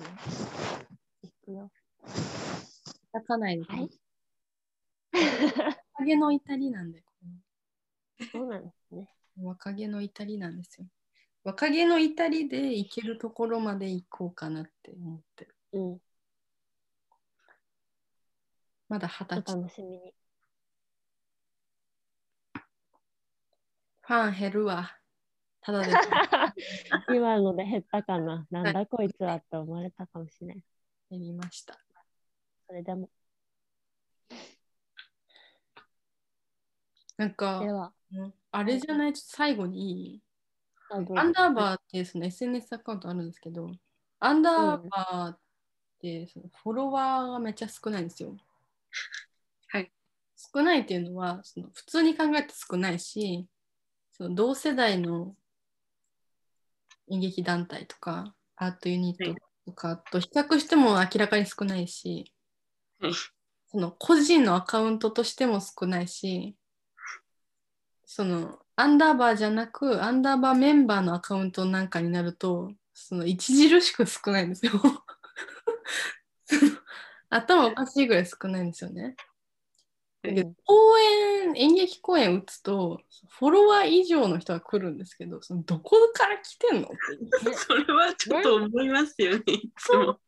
S1: 行くよ。
S2: 叩かないでくださ
S1: はい <laughs>
S2: <laughs> い。若気の至りなんでこの
S1: そうなんですね。
S2: 若気の至りなんですよ。若気の至りで行けるところまで行こうかなって思ってる。
S1: うん。お
S2: まだ二十歳。
S1: 楽しみに。
S2: ファン減るわ。ただで、
S1: <laughs> 今ので減ったかな。なんだこいつはって思われたかもしれない。
S2: 減りました。
S1: それでも。
S2: なんか
S1: で、は、
S2: うんあれじゃない、ちょっと最後にいい
S1: あどうぞ
S2: アンダーバーってその SNS アカウントあるんですけど、アンダーバーってそのフォロワーがめっちゃ少ないんですよ。
S4: はい。
S2: 少ないっていうのは、その普通に考えて少ないし、その同世代の演劇団体とか、アートユニットとかと比較しても明らかに少ないし、
S4: はい
S2: その個人のアカウントとしても少ないし、そのアンダーバーじゃなくアンダーバーメンバーのアカウントなんかになるとその著しく少ないんですよ <laughs> その頭おかしいぐらい少ないんですよね
S1: う
S2: だ
S1: ん
S2: けど公演演劇公演打つとフォロワー以上の人が来るんですけどそのどこから来てんのっていう
S4: それはちょっと思いますよね。いつも。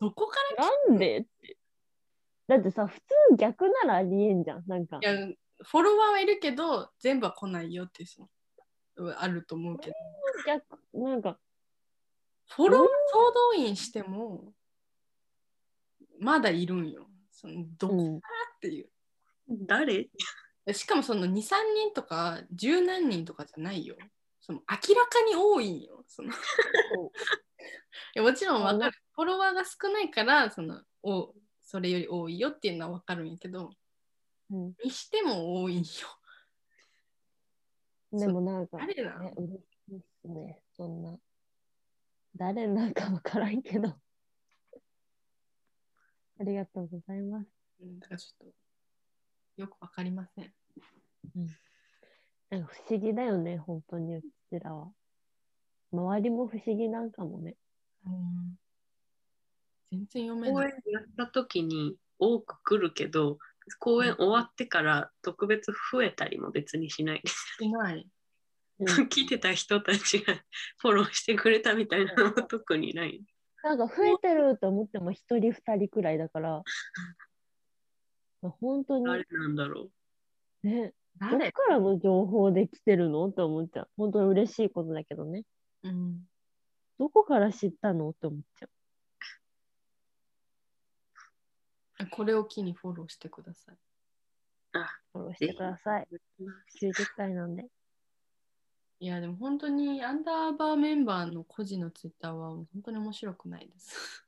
S2: どこか。
S1: なんでって。だってさ、普通逆ならありえんじゃん。なんから
S2: いやフォロワーはいるけど全部は来ないよっていうそのうんあると思うけど
S1: 逆、なんか、
S2: フォロワー総動員しても、まだいるんよ。そのどこ
S1: うん。
S2: っていう。
S4: 誰
S2: しかもその2、3人とか10何人とかじゃないよ。その明らかに多いんよ。そのい <laughs> やもちろんわかる。フォロワーが少ないから、そのおそれより多いよっていうのはわかるんやけど、
S1: うん
S2: にしても多いんよ。
S1: でもなんか、
S2: 誰なの
S1: ね、嬉しいっすね。そんな。誰なんかわからんけど。 <laughs> ありがとうございます。
S2: うんだからちょっと、よくわかりません。
S1: なんか不思議だよね、本当にうちらは。周りも不思議なんかもね。
S2: うん全然読め
S4: 公
S2: ない
S4: 演。やった時に多く来るけど公演終わってから特別増えたりも別にしないです。
S2: いない。
S4: <laughs>
S1: う
S4: 来てた人たちがフォローしてくれたみたいなのも特にない。
S1: なんか増えてると思っても1人2人くらいだ
S4: <laughs>
S1: から、まあ本当に
S4: 誰なんだろ
S1: ね、どっ
S2: 誰
S1: からの情報で来てるのって思っちゃう。本当に嬉しいことだけどね。
S2: うん。
S1: どこから知ったのって思っちゃう。
S2: これを機にフォローしてください。
S1: フォローしてください。
S4: う。
S1: 90回なんで。
S2: いや、でも本当にアンダーバーメンバーの個人のツイッターは本当に面白くない
S4: <laughs>
S2: です。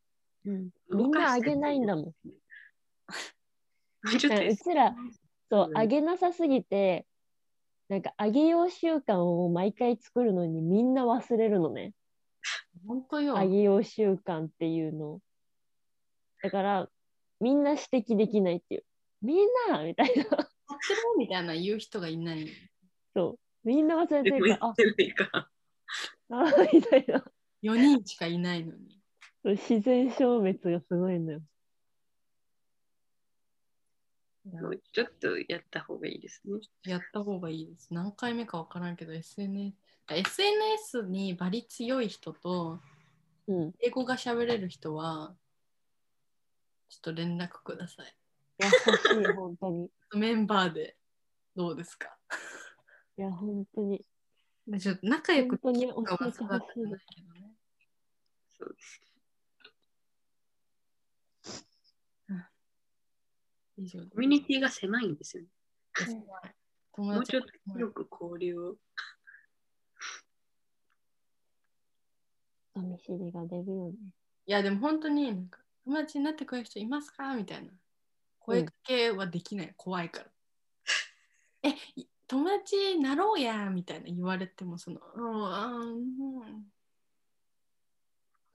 S1: うん、み
S4: 動
S1: ん
S4: か
S1: なあ
S4: して
S1: げないんだもん。
S4: <laughs> ちょっと
S1: うちら、そう
S4: う、ん
S1: あげなさすぎて、なんか、あげよう習慣を毎回作るのにみんな忘れるのね。
S2: 本当よ。
S1: あげよう習慣っていうのを。だから、みんな指摘できないっていう。みんなみたいな。
S2: やってるみたいな言う人がい
S4: <laughs>
S2: ない。
S1: そう。みんな忘れて
S4: でも
S1: る
S4: 言
S1: から、あ
S4: っ、てないから。
S1: あ、みたいな。
S2: 4人しかいないのに。
S1: そう自然消滅がすごいのよ。
S4: もうちょっとやった方がいいですね。
S2: やった方がいいです。何回目かわからんけど、SNS。SNS にバリ強い人と、
S1: うん。
S2: 英語が喋れる人は、ちょっと連絡ください。
S1: いや、欲しい、本当に。
S2: メンバーでどうですか
S1: いや、本当に。
S2: ちょっと仲良く
S1: 本当に
S2: か
S1: 教えてほしい
S2: な
S1: で
S2: いけどね。
S4: そうです
S2: 以上
S4: コミュニティが狭いんですよね。
S1: ィ
S2: 友
S4: もう
S2: 達
S4: ちょっと広く交流を。
S1: 人見知りが出るよね。
S2: いやでも本当になんか友達になってくれる人いますかみたいな声かけはできない、怖いからえい友達になろうやみたいな言われてもそのうんあーうん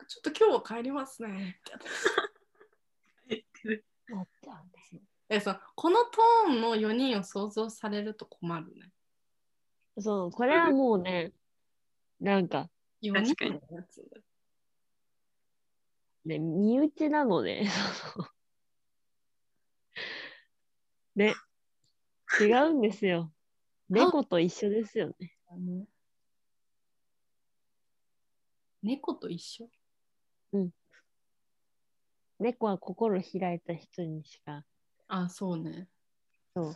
S2: ちょっと今日は帰りますねみたいな
S1: なっちゃうね。
S2: えそうこのトーンの4人を想像されると困るね
S1: そう、これはもうね、なんか
S2: 4人
S4: 確かに
S2: のやつ
S1: ね、身内なので、 <laughs> そのね、違うんですよ。猫と一緒ですよね。
S2: あの猫と一緒
S1: 猫は心開いた人にしか。
S2: あそうね
S1: そう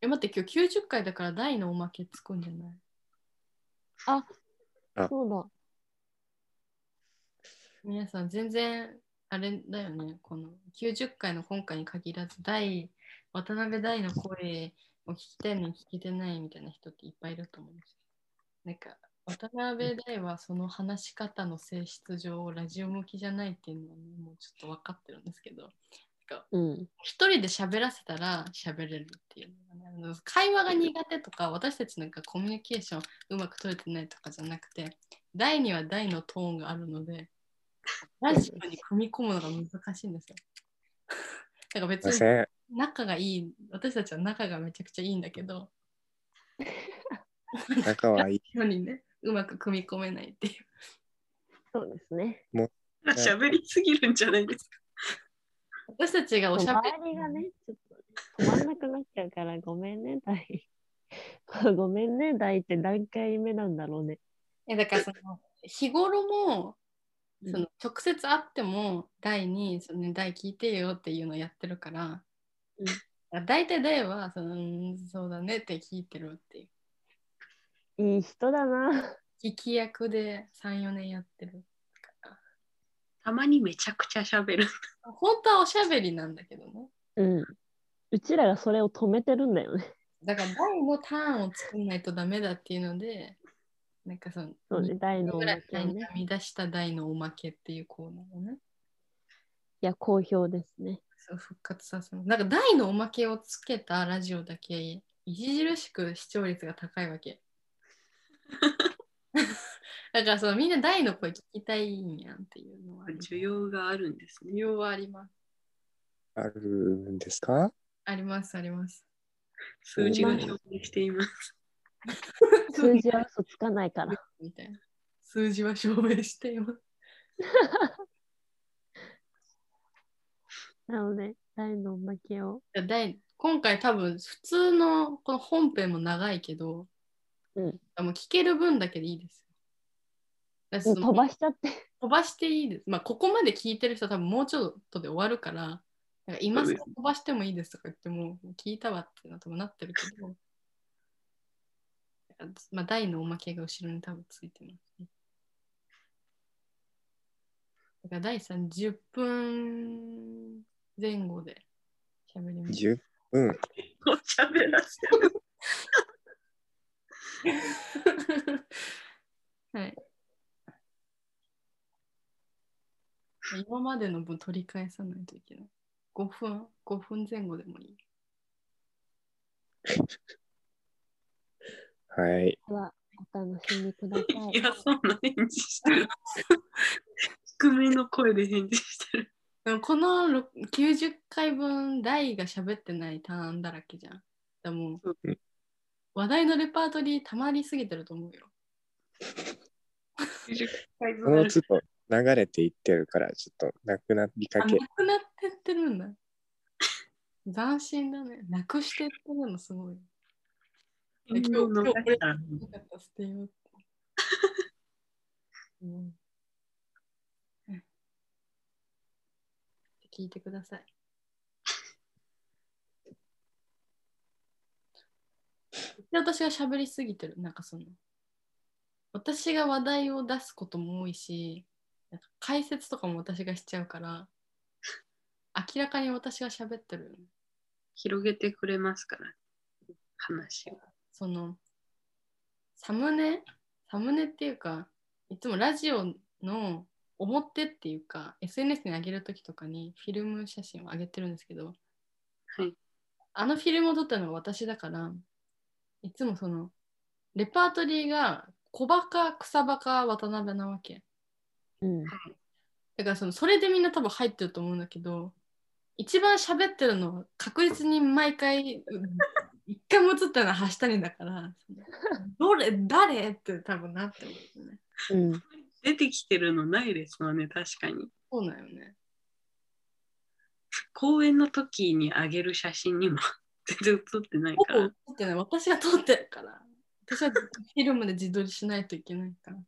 S2: え待って今日90回だから大のおまけつくんじゃない
S3: あ
S1: そうだ。
S2: 皆さん全然あれだよねこの90回の今回に限らず大渡辺大の声を聞きたいのに聞けてないみたいな人っていっぱいいると思うんですけどなんか渡辺大はその話し方の性質上ラジオ向きじゃないっていうのは、ね、もうちょっと分かってるんですけどなんか
S1: うん。
S2: 一人で喋らせたら喋れるっていうのがねあの会話が苦手とか私たちなんかコミュニケーションうまく取れてないとかじゃなくて第には第のトーンがあるのでラジオに組み込むのが難しいんですよ。だから別
S3: ま
S2: に
S3: せん。
S2: 仲がいい私たちは仲がめちゃくちゃいいんだけど
S3: 仲はいい。
S2: 世にねうまく組み込めないっていう。
S1: そうですね。
S4: <laughs> 喋りすぎるんじゃないですか。
S2: 私たちがおしゃべ
S1: 周りがね、ちょっと止まんなくなっちゃうから、ごめんね、大。 <laughs> ごめんね、大って何回目なんだろうね。
S2: えだからその日頃も
S1: うん
S2: その直接会っても大にその、ね「大聞いてよ」っていうのをやってるから、
S1: うん
S2: だから大体大はそのうん「そうだね」って聞いてるっていう
S1: いい人だな。
S2: 聞き役で34年やってるから
S4: たまにめちゃくちゃ喋る。
S2: 本当はおしゃべりなんだけどね
S1: うん。うちらがそれを止めてるんだよね。
S2: だから大のターンを作んないとダメだっていうのでなんかその
S1: そうね、大の
S2: ぐ
S1: お
S2: ら
S1: ま
S2: い
S1: けを
S2: に
S1: ね。
S2: 編み出した大のおまけっていうコーナーをね
S1: いや、好評ですね。
S2: そう復活させます。なんか大のおまけをつけたラジオだけ著しく視聴率が高いわ
S1: <laughs>
S2: け。だからそのみんな大の声聞きたいんやんっていうのはあります
S4: 需要があるんですね。
S2: 需要はあります。
S3: あるんですか
S2: ありますあります。
S4: 数字が表現しています。
S1: 数字は嘘つかないから。
S2: みたいな。数字は証明しています。
S1: なので、大のおまけを。
S2: じゃあ第今回多分普通のこの本編も長いけど、
S1: うん
S2: あもう聞ける分だけでいいですよ。だからその
S1: 飛ばしちゃって。
S2: 飛ばしていいです。まあ、ここまで聞いてる人は多分もうちょっとで終わるから、なんか今更飛ばしてもいいですとか言っても、もう聞いたわってなともなってるけど、 <laughs> まあ、大のおまけが後ろに多分ついてますね。だから第3、10分前後で喋ります。
S3: ?10 分。
S4: おしゃべらせ。
S2: <laughs> はい。今までの分取り返さないといけない。5分、5分前後でもいい。
S3: はい。
S1: では、お楽しみください。
S4: いや、そんな返事してる。 <laughs> 低めの声で返事して <laughs> る。
S2: でもこのろ90回分、大が喋ってないターンだらけじゃん。でもう
S3: うん
S2: 話題のレパートリーたまりすぎてると思うよ。
S4: 90回
S3: その
S4: 分
S3: 都度流れていってるから、ちょっとなくなりか
S2: あ、な
S3: け。
S2: くなってってるんだ。斬新だね。なくしてってるのすごい。
S4: 今日の出したら
S2: よかった、捨てようって。 <laughs> うん、聞いてください。で私が喋りすぎてる、なんかその、私が話題を出すことも多いし、なんか解説とかも私がしちゃうから、明らかに私が喋ってるよね
S4: 広げてくれますから、話を。
S2: そのサムネサムネっていうかいつもラジオの表っていうか SNS に上げる時とかにフィルム写真を上げてるんですけど、
S4: はい
S2: あのフィルムを撮ったのが私だからいつもそのレパートリーが小バカ草バカ渡辺なわけ
S1: うん。
S2: だからそのそれでみんな多分入ってると思うんだけど一番喋ってるのは確実に毎 <laughs> 回うん一回も映ったのは橋谷だからそのどれ誰って多分なってるんですね。
S1: うん。
S4: 出てきてるのないですわね、確かに。
S2: そうだよね。
S4: 公演の時にあげる写真にも <laughs> 全然写ってない
S2: ほ
S4: か
S2: ぼ映
S4: ら。
S2: ってない私が撮ってるから私はフィルムで自撮りしないといけないから。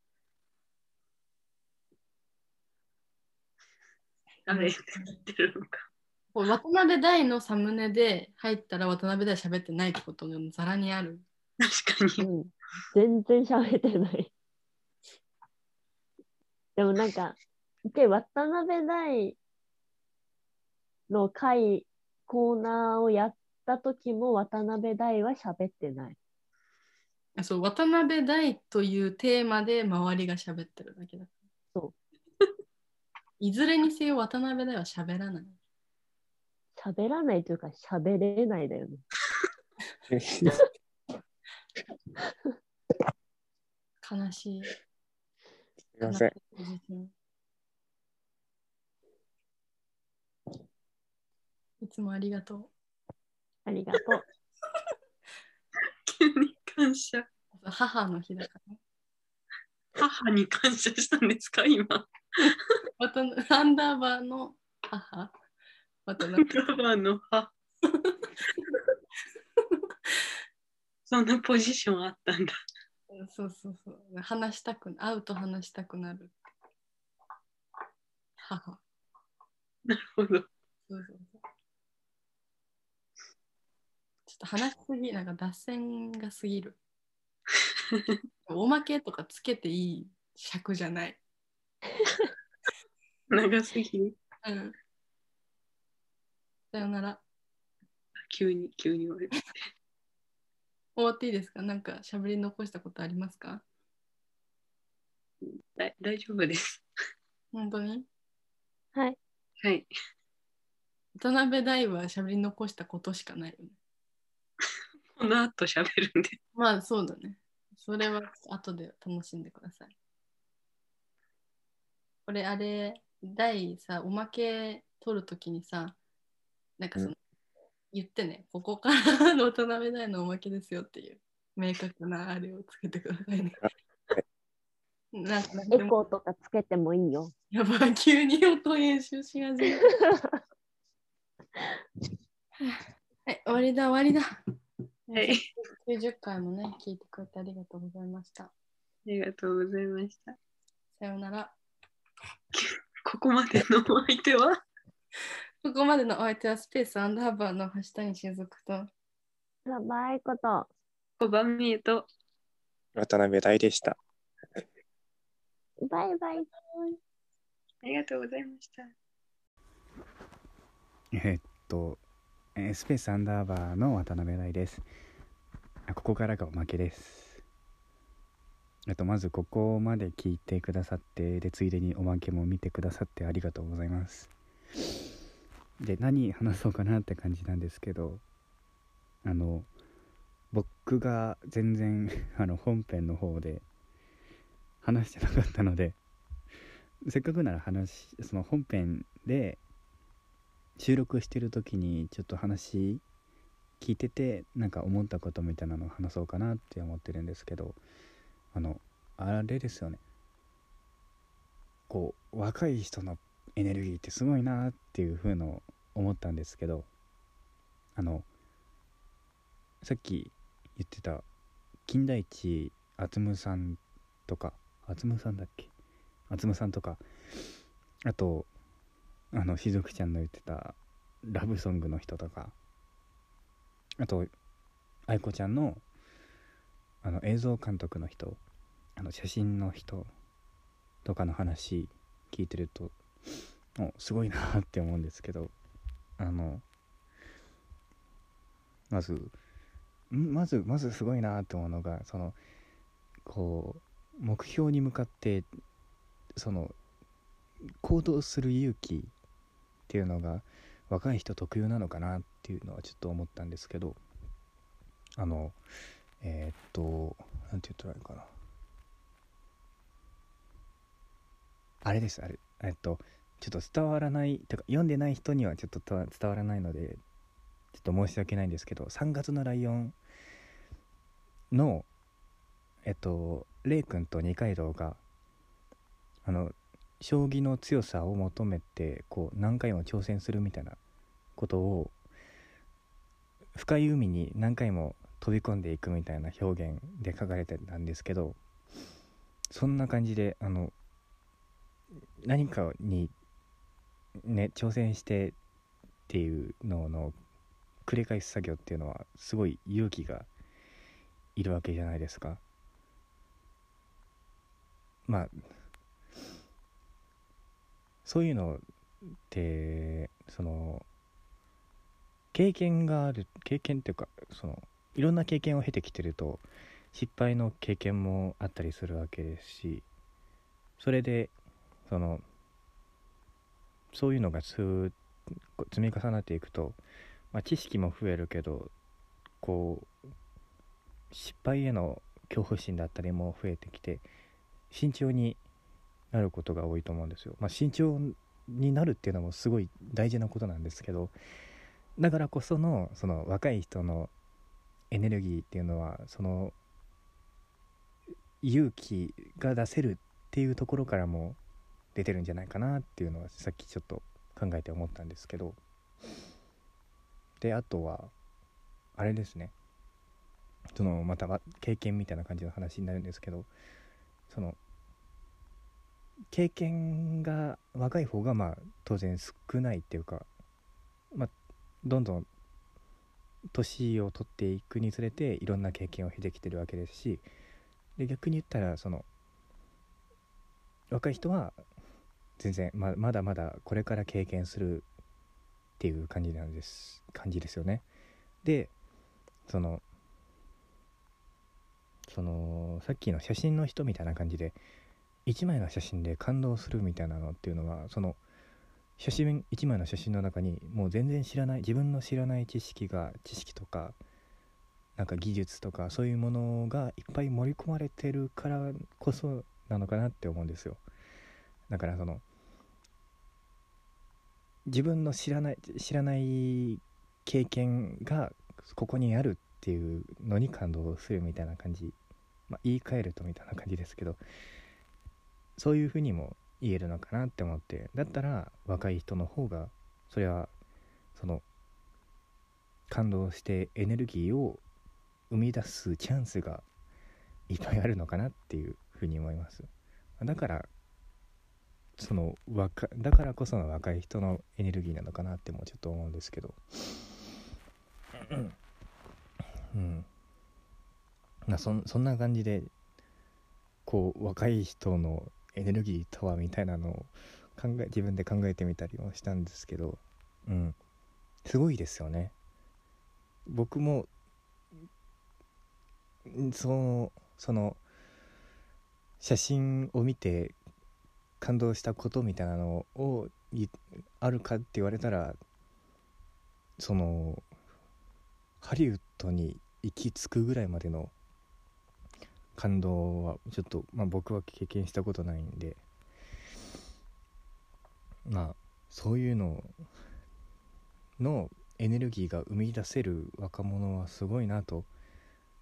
S4: 誰って言ってるのか。
S2: こう渡辺大のサムネで入ったら渡辺大喋ってないってことがざらにある。
S4: 確か
S1: う
S4: に。
S1: ん。全然喋ってない。でもなんか、一回渡辺大の回、コーナーをやった時も渡辺大は喋ってない。
S2: あそう渡辺大というテーマで周りが喋ってるだけだから。
S1: そう
S2: <laughs> いずれにせよ渡辺大は喋らない。
S1: 喋らないというか喋れないだよね。
S3: <laughs>
S2: 悲しい。す
S3: すいません。
S2: いつもありがとう。
S1: ありがとう。
S4: 急に感謝。
S2: 母の日だから。
S4: 母に感謝したんですか、今。
S2: 渡アンダーバーの母。渡辺
S4: カバーの歯。そんなポジションあったんだ。
S2: そうそうそう。話したく会うと話したくなる。母。
S4: なるほど。
S2: そうそうそうちょっと話しすぎ、なんか脱線が過 <laughs> ぎる。おまけとかつけていい尺じゃない。
S4: 長すぎる。
S2: うん。さよなら。
S4: 急に、急に言われる。
S2: 終わっていいですかなんか喋り残したことありますか
S4: だ大丈夫です。
S2: 本当に
S1: はい。
S4: はい。
S2: 渡辺大は喋り残したことしかないよね。
S4: この後喋るんで。
S2: まあそうだね。それは後で楽しんでください。これあれ、大さ、おまけ取るときにさ、なんかその、言ってね、ここからの大人べないのおまけですよっていう、明確なあれをつけてくださいね。なんか、
S1: エ
S2: でも
S1: コーとかつけてもいいよ。
S2: やばい、急に音編集し始めた。
S4: <laughs>
S2: はい、終わりだ、終わりだ。 <laughs>
S4: はい、あ
S2: 90回もね、聞いてくれてありがとうございました。
S4: りがとうございました。
S2: さようなら。
S4: ここまでのお相手は、
S2: ここまでのお相手はスペースアンダーバーの橋谷しずくと、
S1: やばいこと。
S4: 小バミエと、
S3: 渡辺大でした。
S1: バイバイ。
S4: ありがとうございました。
S5: えっと、えースペースアンダーバーの渡辺大です。あここからがおまけです。えっと、まずここまで聞いてくださって、で、ついでにおまけも見てくださってありがとうございます。で、何話そうかなって感じなんですけど、あの、僕が全然 <laughs> あの本編の方で話してなかったので、せっかくなら話、その本編で収録してる時にちょっと話聞いててなんか思ったことみたいなのを話そうかなって思ってるんですけどあのあれですよねこう若い人のエネルギーってすごいなっていう風のを思ったんですけどあのさっき言ってた金田一敦夢さんとか敦夢さんだっけ敦夢さんとかあとあのしずくちゃんの言ってたラブソングの人とかあと愛子ちゃんのあの映像監督の人あの写真の人とかの話聞いてるとおすごいなって思うんですけどあのまずんまずまずすごいなって思うのがそのこう目標に向かってその行動する勇気っていうのが若い人特有なのかなっていうのはちょっと思ったんですけどあのえーっとなんて言ったらいいかなあれですあれえっとちょっと伝わらないてか読んでない人にはちょっとた伝わらないのでちょっと申し訳ないんですけど「3月のライオンの」えっとレイ君と二階堂があの将棋の強さを求めてこう何回も挑戦するみたいなことを深い海に何回も飛び込んでいくみたいな表現で書かれてたんですけどそんな感じであの何かにね挑戦してっていうのの繰り返す作業っていうのはすごい勇気がいるわけじゃないですか。まあそういうのってその経験がある経験っていうかそのいろんな経験を経てきてると失敗の経験もあったりするわけですしそれでそのそういうのがすーこう積み重なっていくと、まあ、知識も増えるけどこう失敗への恐怖心だったりも増えてきて慎重になることが多いと思うんですよ。まあ、慎重になるっていうのもすごい大事なことなんですけどだからこそのその若い人のエネルギーっていうのはその勇気が出せるっていうところからも出てるんじゃないかなっていうのはさっきちょっと考えて思ったんですけどであとはあれですねそのまたわ経験みたいな感じの話になるんですけどその経験が若い方がまあ当然少ないっていうか、まあ、どんどん年を取っていくにつれていろんな経験を経てきてるわけですしで逆に言ったらその若い人は全然ままだまだこれから経験するっていう感じなんです感じですよね。でそのそのさっきの写真の人みたいな感じで1枚の写真で感動するみたいなのっていうのはその写真1枚の写真の中にもう全然知らない自分の知らない知識が知識とかなんか技術とかそういうものがいっぱい盛り込まれてるからこそなのかなって思うんですよだからその自分の知らない知らない経験がここにあるっていうのに感動するみたいな感じ、まあ、言い換えるとみたいな感じですけどそういうふうにも言えるのかなって思ってだったら若い人の方がそれはその感動してエネルギーを生み出すチャンスがいっぱいあるのかなっていうふうに思いますだからその若だからこその若い人のエネルギーなのかなってもちょっと思うんですけどうんまあそんそんな感じでこう若い人のエネルギーとはみたいなのを考え自分で考えてみたりもしたんですけどうんすごいですよね僕もそのその写真を見て感動したことみたいなのをいあるかって言われたらそのハリウッドに行き着くぐらいまでの感動はちょっと、まあ、僕は経験したことないんでまあそういうののエネルギーが生み出せる若者はすごいなと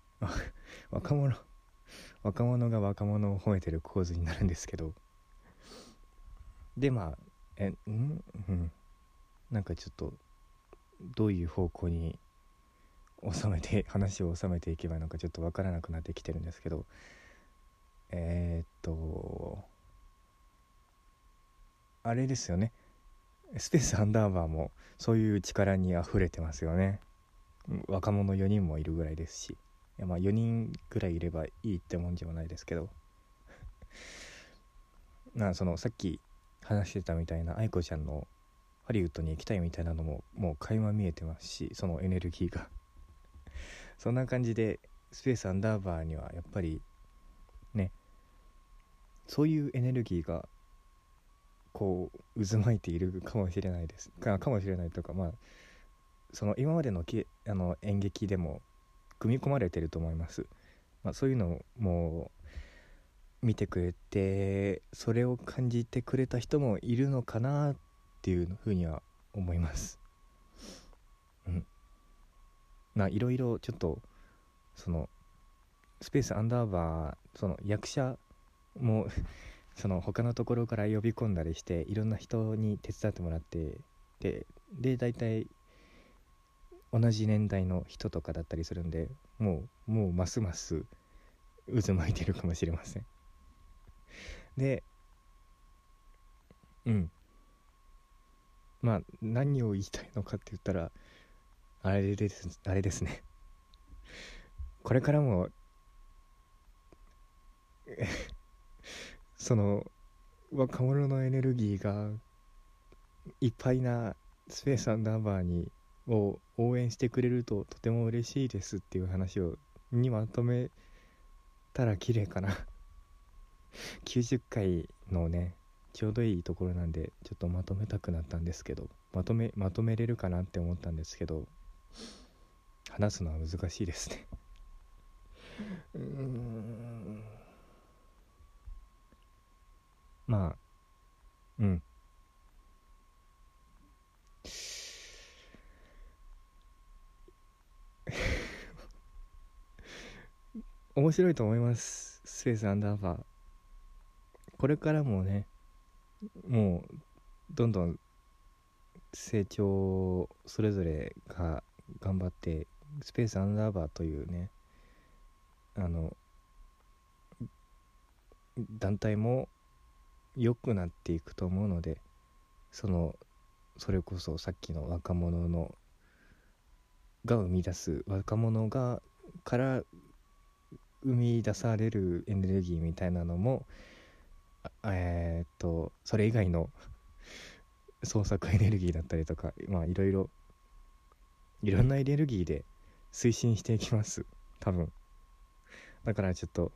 S5: <laughs> 若者若者が若者を褒めてる構図になるんですけどでまあえんうんなんかちょっとどういう方向に収めて話を収めていけばなんかちょっと分からなくなってきてるんですけどえー、っとあれですよねスペースアンダーバーもそういう力にあふれてますよね若者4人もいるぐらいですしいやまあ4人ぐらいいればいいってもんじゃないですけど <laughs> なそのさっき話してたみたいな愛子ちゃんのハリウッドに行きたいみたいなのももう垣間見えてますしそのエネルギーがそんな感じでスペースアンダーバーにはやっぱりねそういうエネルギーがこう渦巻いているかもしれないですかかもしれないとかまあその今までのけあの演劇でも組み込まれてると思います、まあ、そういうのも見てくれてそれを感じてくれた人もいるのかなっていうふうには思いますうんまあいろいろちょっとそのスペースアンダーバーその役者も <laughs> その他のところから呼び込んだりしていろんな人に手伝ってもらってでで大体同じ年代の人とかだったりするんでもうもうますます渦巻いてるかもしれませんでうんまあ何を言いたいのかって言ったらあれですあれですねこれからも <laughs> その若者のエネルギーがいっぱいなスペースアンダーバーにを応援してくれるととても嬉しいですっていう話をにまとめたら綺麗かな90回のねちょうどいいところなんでちょっとまとめたくなったんですけどまとめまとめれるかなって思ったんですけど話すのは難しいですねうーんまあうん <laughs> 面白いと思いますスペースアンダーバーこれからもねもうどんどん成長それぞれが頑張ってスペースアンダーバーというねあの団体も良くなっていくと思うのでそのそれこそさっきの若者のが生み出す若者がから生み出されるエネルギーみたいなのもえー、っとそれ以外の創作エネルギーだったりとかまあいろいろいろんなエネルギーで推進していきます多分だからちょっと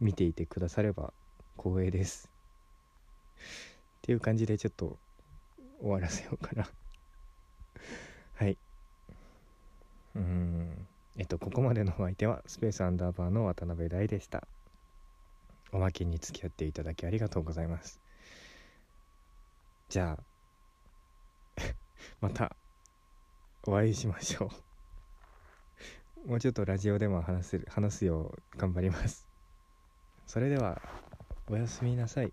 S5: 見ていてくだされば光栄ですっていう感じでちょっと終わらせようかな <laughs> はいうんえっと、ここまでのお相手はスペースアンダーバーの渡辺大でした。おまけに付き合っていただきありがとうございます。じゃあ、 <laughs> またお会いしましょうもうちょっとラジオでも話せる話すよう頑張りますそれではおやすみなさい